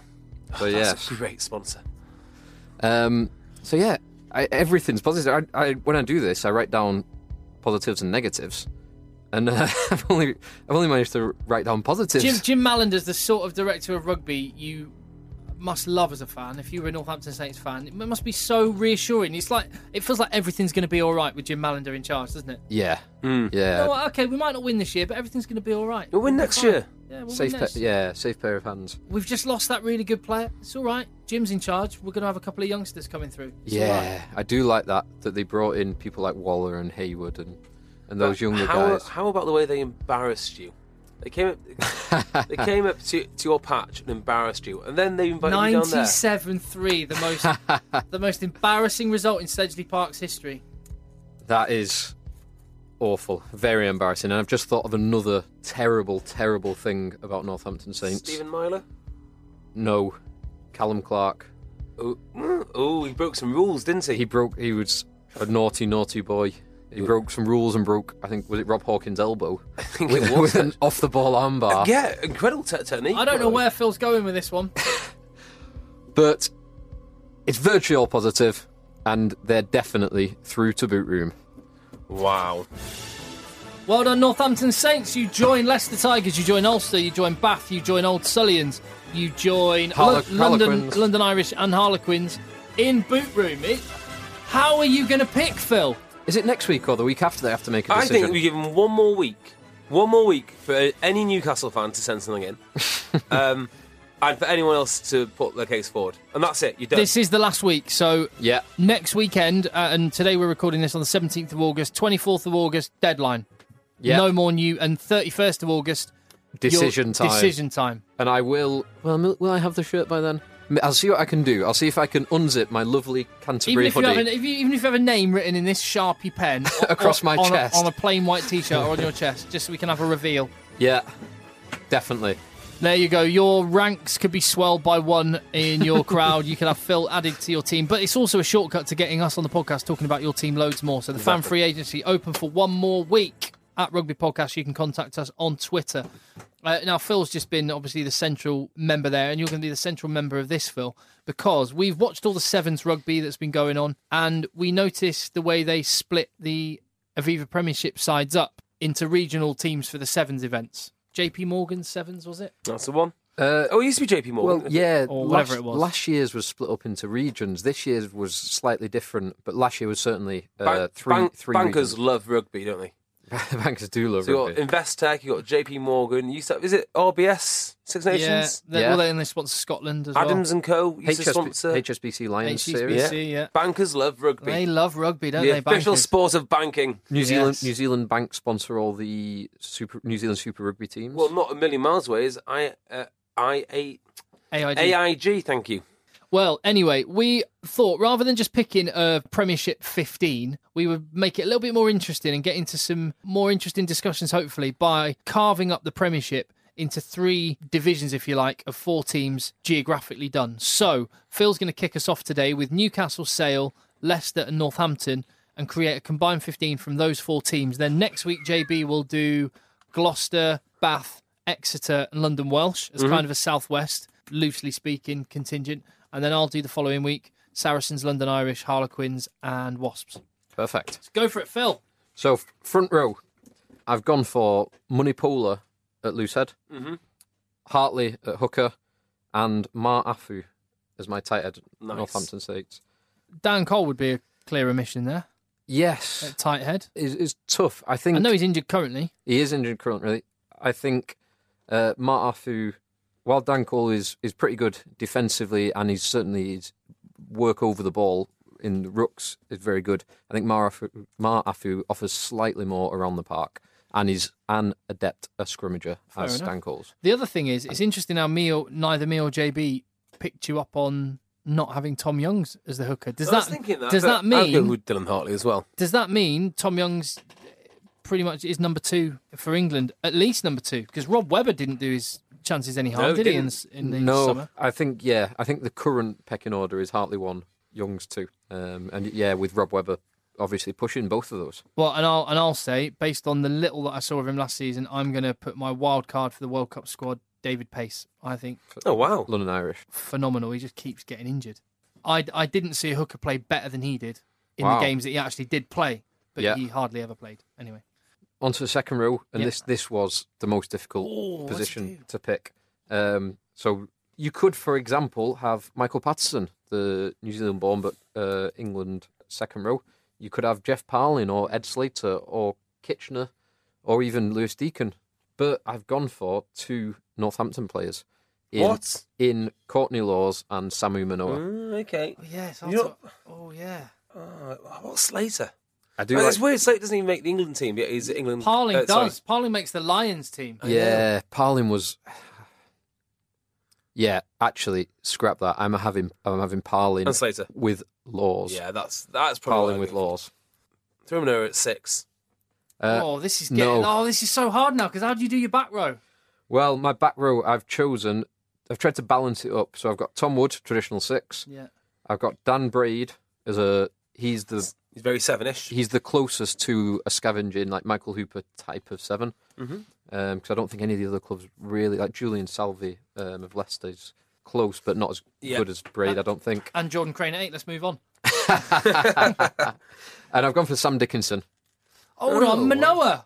[SPEAKER 1] <laughs>
[SPEAKER 3] So
[SPEAKER 2] That's
[SPEAKER 3] yes,
[SPEAKER 2] a great sponsor.
[SPEAKER 3] um, so yeah, I, everything's positive. I, I, when I do this, I write down positives and negatives, and uh, <laughs> I've only I've only managed to write down positives.
[SPEAKER 1] Jim Jim Mallander's the sort of director of rugby you must love as a fan. If you were a Northampton Saints fan, it must be so reassuring. It's like it feels like everything's going to be all right with Jim Mallander in charge, doesn't it?
[SPEAKER 3] yeah,
[SPEAKER 2] Hmm.
[SPEAKER 3] yeah,
[SPEAKER 1] oh, okay, we might not win this year, but everything's going to be all right.
[SPEAKER 2] We'll win
[SPEAKER 1] We'll be
[SPEAKER 2] next
[SPEAKER 1] fine.
[SPEAKER 2] year.
[SPEAKER 1] Yeah, we'll
[SPEAKER 3] safe,
[SPEAKER 1] win
[SPEAKER 3] pa-
[SPEAKER 1] next.
[SPEAKER 3] yeah, safe pair of hands.
[SPEAKER 1] We've just lost that really good player. It's all right. Jim's in charge. We're going to have a couple of youngsters coming through. It's all
[SPEAKER 3] yeah,
[SPEAKER 1] right.
[SPEAKER 3] I do like that that they brought in people like Waller and Hayward and and those younger
[SPEAKER 2] how,
[SPEAKER 3] guys.
[SPEAKER 2] How about the way they embarrassed you? They came
[SPEAKER 3] <laughs>
[SPEAKER 2] up, they came up to, to your patch and embarrassed you, and then they invited you down there.
[SPEAKER 1] 97-3, the
[SPEAKER 3] <laughs>
[SPEAKER 1] most the most embarrassing result in Sedgley Park's history.
[SPEAKER 3] That is awful. Very embarrassing. And I've just thought of another terrible, terrible thing about Northampton Saints.
[SPEAKER 2] Stephen Myler.
[SPEAKER 3] No. Callum Clark.
[SPEAKER 2] Oh, mm, oh, he broke some rules, didn't he?
[SPEAKER 3] He broke he was a naughty, naughty boy. He broke some rules and broke I think was it Rob
[SPEAKER 2] <laughs>
[SPEAKER 3] Hawkins' elbow? I
[SPEAKER 2] think
[SPEAKER 3] with,
[SPEAKER 2] it was.
[SPEAKER 3] with an off the ball armbar.
[SPEAKER 2] yeah, incredible te- technique.
[SPEAKER 1] I don't know where Phil's going with this one.
[SPEAKER 3] But it's virtually all positive and they're definitely through to boot room.
[SPEAKER 2] Wow.
[SPEAKER 1] Well done, Northampton Saints. You join Leicester Tigers, you join Ulster, you join Bath, you join Old Sullians, you join
[SPEAKER 3] Harle-
[SPEAKER 1] Lo- London,
[SPEAKER 3] Harlequins.
[SPEAKER 1] London Irish and Harlequins in boot room. It, how are you going to pick, Phil?
[SPEAKER 3] Is it next week or the week after they have to make a
[SPEAKER 2] I
[SPEAKER 3] decision?
[SPEAKER 2] think we give him one more week, one more week for any Newcastle fan to send
[SPEAKER 3] <laughs>
[SPEAKER 2] something in, um, and for anyone else to put their case forward, and that's it. You're done.
[SPEAKER 1] This is the last week, so
[SPEAKER 3] yeah.
[SPEAKER 1] next weekend, uh, and today we're recording this on the 17th of August, 24th of August, deadline.
[SPEAKER 3] Yeah.
[SPEAKER 1] No more new, and 31st of August, your
[SPEAKER 3] decision time.
[SPEAKER 1] Decision time.
[SPEAKER 3] And I will. Well, will I have the shirt by then? I'll see what I can do. I'll see if I can unzip my lovely
[SPEAKER 1] Even
[SPEAKER 3] Canterbury
[SPEAKER 1] if, you
[SPEAKER 3] hoodie.
[SPEAKER 1] have an, if you, even if you have a name written in this sharpie
[SPEAKER 3] <laughs>
[SPEAKER 1] pen o-
[SPEAKER 3] Across
[SPEAKER 1] o-
[SPEAKER 3] my
[SPEAKER 1] on a-
[SPEAKER 3] chest.
[SPEAKER 1] on a plain white t-shirt or on your chest, just so we can have a reveal.
[SPEAKER 3] Yeah, definitely.
[SPEAKER 1] There you go. Your ranks could be swelled by one in your crowd. you can have Phil added to your team, but it's also a shortcut to getting us on the podcast talking about your team loads more. So the fan free agency open for one more week at Rugby Podcast. You can contact us on Twitter. Uh, now Phil's just been obviously the central member there, and you're going to be the central member of this, Phil, because we've watched all the sevens rugby that's been going on, and we noticed the way they split the Aviva Premiership sides up into regional teams for the sevens events. JP Morgan sevens was it?
[SPEAKER 2] That's the one.
[SPEAKER 3] Uh,
[SPEAKER 2] Oh, it used to be JP Morgan.
[SPEAKER 3] well, yeah,
[SPEAKER 1] Or
[SPEAKER 3] last,
[SPEAKER 1] whatever it was.
[SPEAKER 3] Last year's was split up into regions. This year's was slightly different, but last year was certainly uh,
[SPEAKER 2] Bank-
[SPEAKER 3] three
[SPEAKER 2] bank-
[SPEAKER 3] three
[SPEAKER 2] bankers
[SPEAKER 3] regions.
[SPEAKER 2] love rugby, don't they?
[SPEAKER 3] <laughs> bankers do love
[SPEAKER 2] So you
[SPEAKER 3] rugby.
[SPEAKER 2] got Investec, you got JP Morgan. You used to have, is it RBS Six
[SPEAKER 1] Yeah,
[SPEAKER 2] Nations?
[SPEAKER 1] they,
[SPEAKER 3] Yeah.
[SPEAKER 1] Well, then they sponsor Scotland as
[SPEAKER 2] Adams and Co. used to
[SPEAKER 3] HSB
[SPEAKER 2] sponsor.
[SPEAKER 3] HSBC
[SPEAKER 1] well.
[SPEAKER 3] Lions
[SPEAKER 1] HSBC,
[SPEAKER 3] series.
[SPEAKER 1] yeah.
[SPEAKER 2] Bankers love rugby.
[SPEAKER 1] They love rugby, don't
[SPEAKER 2] the
[SPEAKER 1] they?
[SPEAKER 2] official
[SPEAKER 1] bankers?
[SPEAKER 2] sport of banking.
[SPEAKER 3] New Zealand
[SPEAKER 1] Yes.
[SPEAKER 3] New Zealand Bank sponsor all the super New Zealand Super Rugby teams.
[SPEAKER 2] Well, not a million miles away is I, uh, I, A,
[SPEAKER 1] AID.
[SPEAKER 2] AIG, thank you.
[SPEAKER 1] Well, anyway, we thought rather than just picking a Premiership 15, we would make it a little bit more interesting and get into some more interesting discussions, hopefully, by carving up the Premiership into three divisions, if you like, of four teams geographically done. So, Phil's going to kick us off today with Newcastle, Sale, Leicester, and Northampton and create a combined 15 from those four teams. Then next week, JB will do Gloucester, Bath, Exeter, and London Welsh
[SPEAKER 2] Mm-hmm.
[SPEAKER 1] as kind of a southwest, loosely speaking, contingent. And then I'll do the following week Saracens, London Irish, Harlequins, and Wasps.
[SPEAKER 3] Perfect.
[SPEAKER 1] Let's go for it, Phil.
[SPEAKER 3] So f- front row, I've gone for Munipola at Loosehead,
[SPEAKER 2] Mm-hmm.
[SPEAKER 3] Hartley at Hooker, and Mar Afu as my tight head. at
[SPEAKER 2] Nice.
[SPEAKER 3] Northampton States.
[SPEAKER 1] Dan Cole would be a clear omission there
[SPEAKER 3] Yes,
[SPEAKER 1] at tight head.
[SPEAKER 3] is is tough. I think
[SPEAKER 1] I know he's injured currently.
[SPEAKER 3] he is injured currently. I think uh, Mar Afu, while Dan Cole is is pretty good defensively, and he's certainly his work over the ball in the rooks is very good. I think Mar Afu, Mar Afu offers slightly more around the park, and he's an adept a scrummager
[SPEAKER 1] Fair
[SPEAKER 3] as
[SPEAKER 1] enough.
[SPEAKER 3] Dan Cole's.
[SPEAKER 1] The other thing is, it's interesting how me or, neither me or JB picked you up on not having Tom Youngs as the hooker. Does
[SPEAKER 2] I
[SPEAKER 1] that,
[SPEAKER 2] was thinking that.
[SPEAKER 1] does
[SPEAKER 2] but
[SPEAKER 1] that mean
[SPEAKER 2] I'd go with Dylan Hartley as well.
[SPEAKER 1] Does that mean Tom Young's uh, pretty much is number two for England, at least number two? Because Rob Webber didn't do his chances any harm,
[SPEAKER 2] No,
[SPEAKER 1] did he? In,
[SPEAKER 2] didn't.
[SPEAKER 1] s- in the
[SPEAKER 3] no,
[SPEAKER 1] summer,
[SPEAKER 3] I think yeah, I think the current pecking order is Hartley one, Youngs two, um, and yeah, with Rob Webber obviously pushing both of those.
[SPEAKER 1] well, and I'll and I'll say based on the little that I saw of him last season, I'm going to put my wild card for the World Cup squad, David Pace. I think
[SPEAKER 2] Oh, wow.
[SPEAKER 3] London Irish.
[SPEAKER 1] phenomenal. He just keeps getting injured. I I didn't see a hooker play better than he did in
[SPEAKER 3] Wow.
[SPEAKER 1] the games that he actually did play, but
[SPEAKER 3] Yeah.
[SPEAKER 1] he hardly ever played anyway.
[SPEAKER 3] onto the second row, and
[SPEAKER 1] Yeah.
[SPEAKER 3] this this was the most difficult
[SPEAKER 1] Oh, what's it
[SPEAKER 3] position
[SPEAKER 1] do?
[SPEAKER 3] to pick. Um, so you could, for example, have Michael Patterson, the New Zealand-born but uh, England second row. You could have Jeff Parlin or Ed Slater or Kitchener or even Lewis Deacon. But I've gone for two Northampton players. In,
[SPEAKER 2] What?
[SPEAKER 3] In Courtney Laws and Samu Manoa.
[SPEAKER 2] Mm, okay.
[SPEAKER 1] Oh, Yes,
[SPEAKER 2] You know-
[SPEAKER 1] oh yeah.
[SPEAKER 2] Uh, what's Slater?
[SPEAKER 3] I do
[SPEAKER 1] Oh,
[SPEAKER 2] It's
[SPEAKER 3] like...
[SPEAKER 2] weird. Slater doesn't even make the England team. Yeah, he's England.
[SPEAKER 1] Parling
[SPEAKER 2] uh, sorry.
[SPEAKER 1] does. Parling makes the Lions team.
[SPEAKER 3] Yeah, Parlin was. <sighs> Yeah, actually, scrap that. I'm having I'm having Parlin
[SPEAKER 2] And Slater.
[SPEAKER 3] with Laws.
[SPEAKER 2] Yeah, that's that's probably
[SPEAKER 3] Parlin with
[SPEAKER 2] Law.
[SPEAKER 3] Laws.
[SPEAKER 2] Throw him over at six.
[SPEAKER 3] Uh,
[SPEAKER 1] oh, this is
[SPEAKER 3] no.
[SPEAKER 1] getting. Oh, this is so hard now because how do you do your back row?
[SPEAKER 3] Well, my back row, I've chosen. I've tried to balance it up. So I've got Tom Wood, traditional six.
[SPEAKER 1] Yeah.
[SPEAKER 3] I've got Dan Braid as a. He's the
[SPEAKER 2] He's very seven-ish.
[SPEAKER 3] he's the closest to a scavenging like Michael Hooper type of 7
[SPEAKER 2] Mm-hmm.
[SPEAKER 3] because I don't think any of the other clubs really like Julian Salvi um, of Leicester's close, but not as
[SPEAKER 2] Yeah. Uh,
[SPEAKER 3] good as Braid. I don't think.
[SPEAKER 1] And Jordan Crane at eight. Let's move on.
[SPEAKER 3] And I've gone for Sam Dickinson.
[SPEAKER 1] Hold
[SPEAKER 2] Oh.
[SPEAKER 1] on, Manoa.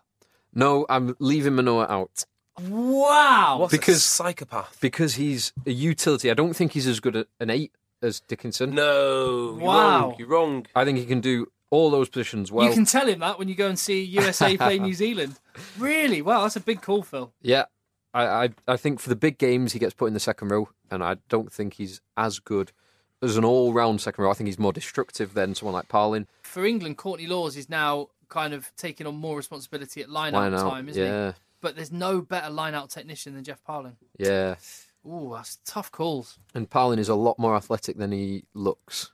[SPEAKER 3] No, I'm leaving Manoa out
[SPEAKER 1] Wow.
[SPEAKER 2] What a
[SPEAKER 3] Because-
[SPEAKER 2] psychopath.
[SPEAKER 3] because he's a utility. I don't think he's as good at an eight as Dickinson.
[SPEAKER 2] No. You're
[SPEAKER 1] Wow.
[SPEAKER 2] wrong. You're wrong.
[SPEAKER 3] I think he can do all those positions well.
[SPEAKER 1] you can tell him that when you go and see
[SPEAKER 3] <laughs>
[SPEAKER 1] USA play New Zealand. Really? Wow, that's a big call, Phil.
[SPEAKER 3] Yeah, I, I I think for the big games he gets put in the second row, and I don't think he's as good as an all-round second row. I think he's more destructive than someone like Parlin.
[SPEAKER 1] For England, Courtney Laws is now kind of taking on more responsibility at line-out
[SPEAKER 3] Line out,
[SPEAKER 1] time, isn't he?
[SPEAKER 3] yeah,
[SPEAKER 1] But there's no better line-out technician than Jeff Parling.
[SPEAKER 3] yeah.
[SPEAKER 1] Ooh, that's tough calls.
[SPEAKER 3] And Parlin is a lot more athletic than he looks.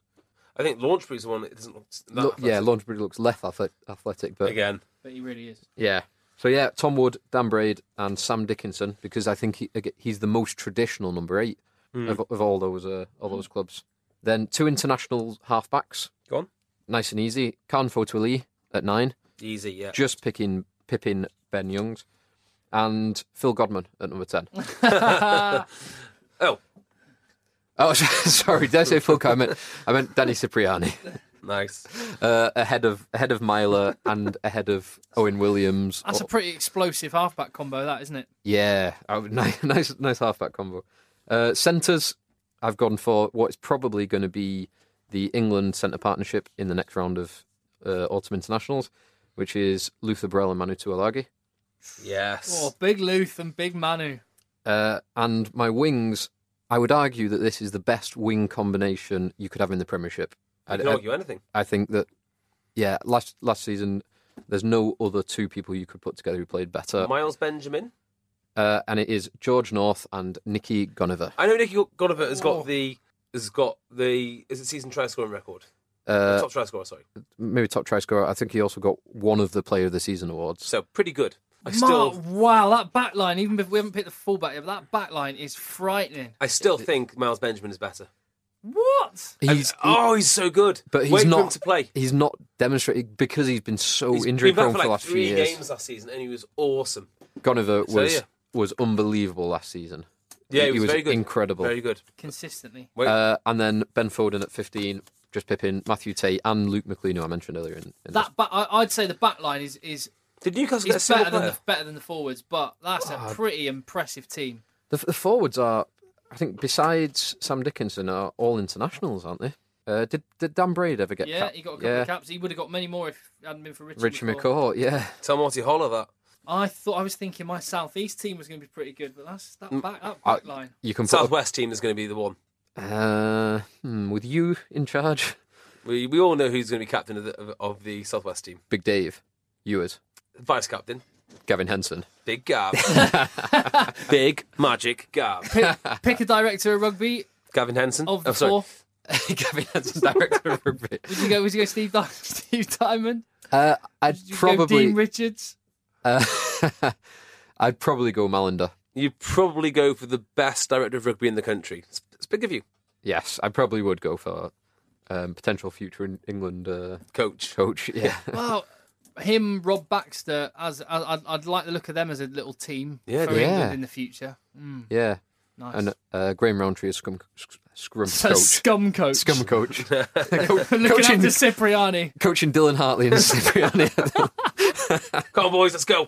[SPEAKER 2] I think Launchbury's the one that doesn't look. That
[SPEAKER 3] Look, yeah,
[SPEAKER 2] athletic.
[SPEAKER 3] Launchbury looks less athle- athletic, but
[SPEAKER 2] again.
[SPEAKER 1] But he really is.
[SPEAKER 3] yeah. So yeah, Tom Wood, Dan Braid, and Sam Dickinson because I think he, aga- he's the most traditional number eight
[SPEAKER 1] Hmm.
[SPEAKER 3] of, of all those uh, all those clubs. Then two international halfbacks,
[SPEAKER 2] Go on.
[SPEAKER 3] nice and easy. Khan Fotoli at nine,
[SPEAKER 2] Easy, yeah.
[SPEAKER 3] just picking pipping Ben Youngs, and Phil Godman at number
[SPEAKER 1] <laughs>
[SPEAKER 3] ten.
[SPEAKER 2] Oh,
[SPEAKER 3] oh, <laughs> sorry, did I say Phil? Godman? I meant I meant
[SPEAKER 1] <laughs>
[SPEAKER 3] Danny Cipriani.
[SPEAKER 2] nice.
[SPEAKER 3] uh, ahead of ahead of Myler and ahead of Owen Williams.
[SPEAKER 1] That's a
[SPEAKER 3] Oh,
[SPEAKER 1] pretty explosive halfback combo, that isn't it?
[SPEAKER 3] yeah, oh, <laughs> nice, nice nice halfback combo. Uh, centers, I've gone for what's probably going to be the England centre partnership in the next round of uh, autumn internationals, which is Luther Brell and Manu Tuilagi.
[SPEAKER 2] Yes.
[SPEAKER 1] Oh, big Luth and big Manu.
[SPEAKER 3] Uh, and my wings, I would argue that this is the best wing combination you could have in the Premiership.
[SPEAKER 2] I
[SPEAKER 3] I,
[SPEAKER 2] can
[SPEAKER 3] I,
[SPEAKER 2] argue anything.
[SPEAKER 3] I think that, yeah, last last season. There's no other two people you could put together who played better.
[SPEAKER 2] Miles Benjamin.
[SPEAKER 3] uh, and it is George North and Nikki Gonover.
[SPEAKER 2] I know Nicky Gonover has
[SPEAKER 1] Oh.
[SPEAKER 2] got the has got the is it season try scoring record?
[SPEAKER 3] Uh,
[SPEAKER 2] Top try scorer, sorry.
[SPEAKER 3] maybe top try scorer. I think he also got one of the Player of the Season awards.
[SPEAKER 2] So pretty good. I
[SPEAKER 1] Mark,
[SPEAKER 2] still
[SPEAKER 1] wow, that back line, even if we haven't picked the fullback yet, but that back line is frightening.
[SPEAKER 2] I still think Miles Benjamin is better.
[SPEAKER 1] What?
[SPEAKER 3] He's,
[SPEAKER 2] oh, he's so good.
[SPEAKER 3] but he's
[SPEAKER 2] Wait
[SPEAKER 3] not
[SPEAKER 2] for him to play.
[SPEAKER 3] He's not demonstrated because he's been so
[SPEAKER 2] He's
[SPEAKER 3] injury
[SPEAKER 2] been back
[SPEAKER 3] prone
[SPEAKER 2] for
[SPEAKER 3] for,
[SPEAKER 2] like
[SPEAKER 3] the last few
[SPEAKER 2] three
[SPEAKER 3] years.
[SPEAKER 2] games last season, and he was awesome.
[SPEAKER 3] Gonover
[SPEAKER 2] So,
[SPEAKER 3] was
[SPEAKER 2] yeah.
[SPEAKER 3] was unbelievable last season.
[SPEAKER 2] Yeah, he,
[SPEAKER 3] He- he
[SPEAKER 2] was,
[SPEAKER 3] was
[SPEAKER 2] very good.
[SPEAKER 3] incredible.
[SPEAKER 2] Very good.
[SPEAKER 1] Consistently.
[SPEAKER 2] Wait,
[SPEAKER 3] Uh, and then Ben Foden at 15, just pipping Matthew Tate and Luke McLean, who I mentioned earlier. In, in this.
[SPEAKER 1] That back, I, I'd say the back line is is,
[SPEAKER 2] did Newcastle get a
[SPEAKER 1] is
[SPEAKER 2] single
[SPEAKER 1] better than
[SPEAKER 2] player?
[SPEAKER 1] the, better than the forwards, but that's a pretty impressive team.
[SPEAKER 3] The, the forwards are, I think, besides Sam Dickinson, are all internationals, aren't they? Uh, did did Dan Braid ever get?
[SPEAKER 1] Yeah,
[SPEAKER 3] cap-
[SPEAKER 1] he got a couple
[SPEAKER 3] yeah.
[SPEAKER 1] of caps. He would have got many more if it hadn't been for Richard,
[SPEAKER 3] Richie
[SPEAKER 1] McCaw.
[SPEAKER 3] McCaw, yeah.
[SPEAKER 2] Tell Marty Holler that.
[SPEAKER 1] I thought I was thinking my southeast team was going to be pretty good, but that's that back that
[SPEAKER 3] I-
[SPEAKER 1] back line.
[SPEAKER 3] Uh, You can put
[SPEAKER 2] Southwest team is going to be the one.
[SPEAKER 3] a- uh, hmm, with you in charge, <laughs>
[SPEAKER 2] We we all know who's going to be captain of the, of, of the Southwest team.
[SPEAKER 3] Big Dave, Ewers,
[SPEAKER 2] Vice captain,
[SPEAKER 3] Gavin Henson.
[SPEAKER 2] Big Gav, Big Magic Gav,
[SPEAKER 1] Pick, pick a director of rugby
[SPEAKER 2] Gavin Henson.
[SPEAKER 1] of the
[SPEAKER 2] I'm Oh, sorry.
[SPEAKER 1] four.
[SPEAKER 3] <laughs> Gavin Henson's director of
[SPEAKER 1] <laughs>
[SPEAKER 3] rugby.
[SPEAKER 1] Would you go? Would you go Steve, Di- <laughs> Steve Diamond?
[SPEAKER 3] Uh, I'd
[SPEAKER 1] Would you go Dean
[SPEAKER 3] probably,
[SPEAKER 1] Richards.
[SPEAKER 3] uh, <laughs> I'd probably go Malander.
[SPEAKER 2] You'd probably go for the best director of rugby in the country. It's, it's big of you,
[SPEAKER 3] Yes, I probably would go for um, potential future in England uh,
[SPEAKER 2] coach.
[SPEAKER 3] coach. <laughs>
[SPEAKER 1] <laughs>
[SPEAKER 3] Yeah,
[SPEAKER 1] Well, him, Rob Baxter. As, as I'd, I'd like the look of them as a little team
[SPEAKER 2] Yeah,
[SPEAKER 1] for
[SPEAKER 3] yeah.
[SPEAKER 1] England in the future. Mm,
[SPEAKER 3] yeah.
[SPEAKER 1] nice.
[SPEAKER 3] And uh, Graham Roundtree is scrum scrum
[SPEAKER 1] <laughs> so
[SPEAKER 3] coach.
[SPEAKER 1] scum coach.
[SPEAKER 3] Scum coach. <laughs> Co-
[SPEAKER 1] <laughs> Looking
[SPEAKER 3] coaching,
[SPEAKER 1] after Cipriani.
[SPEAKER 3] coaching Dylan Hartley
[SPEAKER 1] <laughs>
[SPEAKER 3] and Cipriani.
[SPEAKER 2] Come on, boys, let's go.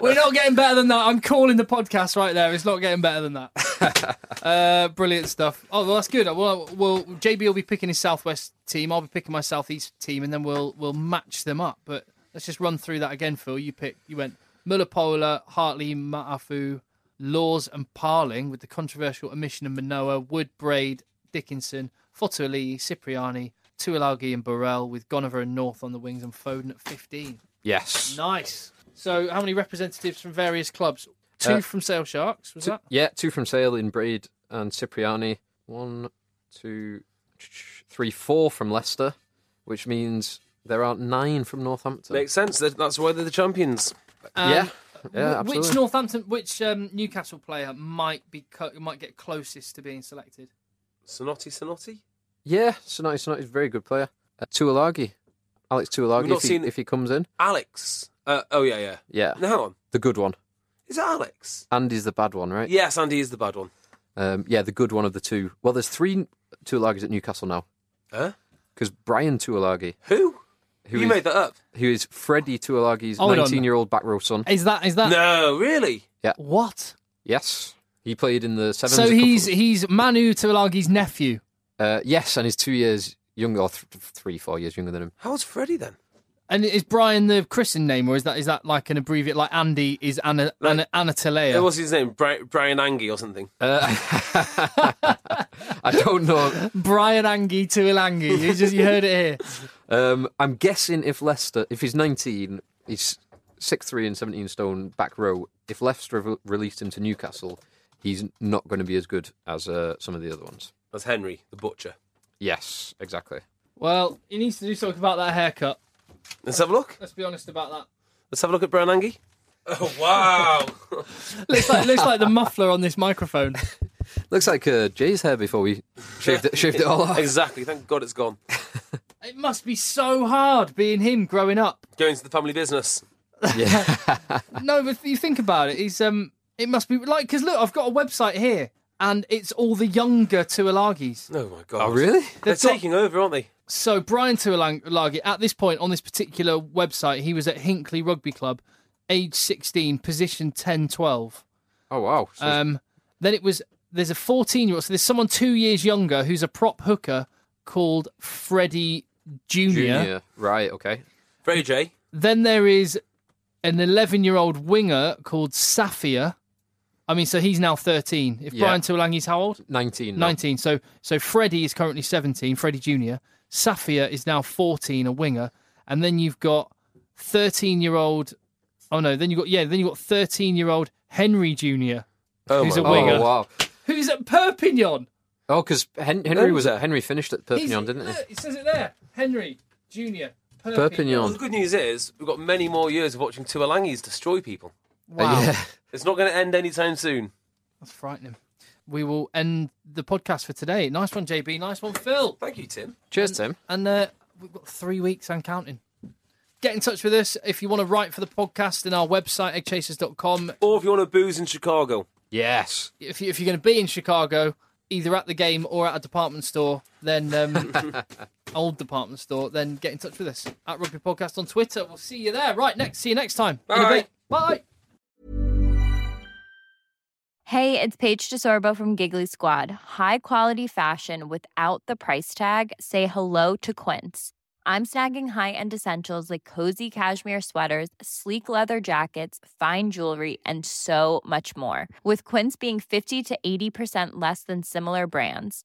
[SPEAKER 1] We're not getting better than that. I'm calling the podcast right there. It's not getting better than that. uh, brilliant stuff. Oh, well, that's good. Well, well, JB will be picking his Southwest team. I'll be picking my Southeast team, and then we'll we'll match them up. But let's just run through that again, Phil. You picked. You went Mullapola, Hartley, Matafu, Laws, and Parling with the controversial omission of Manoa, Wood, Braid, Dickinson, Fotoli, Cipriani, Tuilagi, and Burrell with Gonover and North on the wings and Foden at 15.
[SPEAKER 3] <laughs> yes.
[SPEAKER 1] Nice. So, how many representatives from various clubs? Two
[SPEAKER 3] Uh,
[SPEAKER 1] from Sale Sharks, was
[SPEAKER 3] Two-
[SPEAKER 1] that?
[SPEAKER 3] Yeah, two from Sale in Braid and Cipriani. One, two, ch- ch- three, four from Leicester, which means there are nine from Northampton.
[SPEAKER 2] Makes sense. That- That's why they're the champions.
[SPEAKER 3] yeah, yeah,
[SPEAKER 1] Um, Wh-
[SPEAKER 3] absolutely.
[SPEAKER 1] Which Northampton, which um, Newcastle player might be co- might get closest to being selected?
[SPEAKER 2] Sonotti, Sonotti.
[SPEAKER 3] yeah, Sonati Sonati's a very good player. Uh, Tuolagi, Alex
[SPEAKER 2] We've
[SPEAKER 3] Tuolagi,
[SPEAKER 2] not
[SPEAKER 3] if, he-
[SPEAKER 2] seen-
[SPEAKER 3] if he comes in.
[SPEAKER 2] Alex. Uh, oh yeah, yeah.
[SPEAKER 3] Yeah,
[SPEAKER 2] Now hang on.
[SPEAKER 3] the good one.
[SPEAKER 2] Is it Alex?
[SPEAKER 3] Andy's the bad one, right?
[SPEAKER 2] Yes, Andy is the bad one.
[SPEAKER 3] Um, yeah, the good one of the two. Well, there's three Tuolagis at Newcastle now.
[SPEAKER 2] Huh?
[SPEAKER 3] Because Brian Tuolagi,
[SPEAKER 2] Who?
[SPEAKER 3] who
[SPEAKER 2] you
[SPEAKER 3] is-
[SPEAKER 2] made that up?
[SPEAKER 3] who is Freddie Tuolagi's
[SPEAKER 1] Hold on.
[SPEAKER 3] 19 year old back row son.
[SPEAKER 1] Is that is that
[SPEAKER 2] no, really.
[SPEAKER 1] what?
[SPEAKER 3] Yes, he played in the sevens.
[SPEAKER 1] So
[SPEAKER 3] a couple
[SPEAKER 1] he's
[SPEAKER 3] of-
[SPEAKER 1] he's Manu Tuilagi's nephew.
[SPEAKER 3] uh, yes, and he's two years younger, or th- three, four years younger than him.
[SPEAKER 2] How old's Freddie then?
[SPEAKER 1] And is Brian the christened name, or is that is that like an abbreviate? Like Andy is Anna Anna, Anna Telea?
[SPEAKER 2] Uh, What's his name? Bri- Brian Angie or something.
[SPEAKER 3] Uh, I don't <laughs> know.
[SPEAKER 1] Brian Angie Tuilangi. You just you heard it here.
[SPEAKER 3] Um, I'm guessing if Leicester, if he's 19, he's six three and 17 stone back row. If Leicester re- released him to Newcastle, he's not going to be as good as uh, some of the other ones.
[SPEAKER 2] That's Henry, the butcher.
[SPEAKER 3] Yes, exactly.
[SPEAKER 1] Well, he needs to do something about that haircut.
[SPEAKER 2] Let's have a look.
[SPEAKER 1] Let's be honest about that.
[SPEAKER 2] Let's have a look at Brown Angie. Oh, <laughs> wow.
[SPEAKER 1] Looks like looks like the muffler on this microphone.
[SPEAKER 3] Looks like uh, Jay's hair before we shaved it, shaved it all off.
[SPEAKER 2] exactly. Thank God it's gone.
[SPEAKER 1] It must be so hard being him growing up.
[SPEAKER 2] Going to the family business.
[SPEAKER 3] Yeah.
[SPEAKER 1] No, but if you think about it, he's um, it must be like because look, I've got a website here, and it's all the younger Tuilagis.
[SPEAKER 2] Oh, my God.
[SPEAKER 3] oh, really?
[SPEAKER 2] They're
[SPEAKER 1] They've got-
[SPEAKER 2] taking over, aren't they?
[SPEAKER 1] So Brian Tuilagi, at this point on this particular website, he was at Hinkley Rugby Club, age 16, position 10, 12.
[SPEAKER 3] Oh, wow. So it's-
[SPEAKER 1] Um, then it was there's a 14 year old. So there's someone two years younger who's a prop hooker called Freddie Junior.
[SPEAKER 3] Junior. Right, okay.
[SPEAKER 2] Very Jay.
[SPEAKER 1] Then there is an 11 year old winger called Safia. I mean, so he's now 13. If
[SPEAKER 3] Yeah.
[SPEAKER 1] Brian Tulangi's how old?
[SPEAKER 3] 19. now.
[SPEAKER 1] 19. So so Freddie is currently 17, Freddie Jr. Safia is now 14, a winger. And then you've got 13 year old. Oh no, then you've got, yeah, then you've got 13 year old Henry Jr.,
[SPEAKER 2] Oh,
[SPEAKER 1] He's
[SPEAKER 2] my
[SPEAKER 1] a
[SPEAKER 2] God.
[SPEAKER 3] Oh,
[SPEAKER 1] winger.
[SPEAKER 3] wow.
[SPEAKER 1] who's at Perpignan.
[SPEAKER 3] Oh, because Hen- Henry was at Henry finished at Perpignan, didn't he?
[SPEAKER 1] look, It says it there. Henry Jr. Perpignan.
[SPEAKER 2] Well, the
[SPEAKER 3] Perpignan.
[SPEAKER 2] good news is we've got many more years of watching Tuolangis destroy people.
[SPEAKER 1] Wow.
[SPEAKER 3] Yeah.
[SPEAKER 2] It's not going to end anytime soon.
[SPEAKER 1] That's frightening. We will end the podcast for today. Nice one, JB. Nice one, Phil.
[SPEAKER 2] Thank you, Tim.
[SPEAKER 3] Cheers, Tim.
[SPEAKER 1] And uh, we've got three weeks and counting. Get in touch with us if you want to write for the podcast in our website, eggchasers.com.
[SPEAKER 2] Or if you want to booze in Chicago,
[SPEAKER 3] Yes.
[SPEAKER 1] If, you, if you're going to be in Chicago, either at the game or at a department store, then um, <laughs> old department store, then get in touch with us at Rugby Podcast on Twitter. We'll see you there. Right, next. See you next time. In a
[SPEAKER 2] Bye.
[SPEAKER 1] bit. Bye.
[SPEAKER 6] Hey, it's Paige DeSorbo from Giggly Squad. High quality fashion without the price tag. Say hello to Quince. I'm snagging high-end essentials like cozy cashmere sweaters, sleek leather jackets, fine jewelry, and so much more. With Quince being 50 to 80% less than similar brands.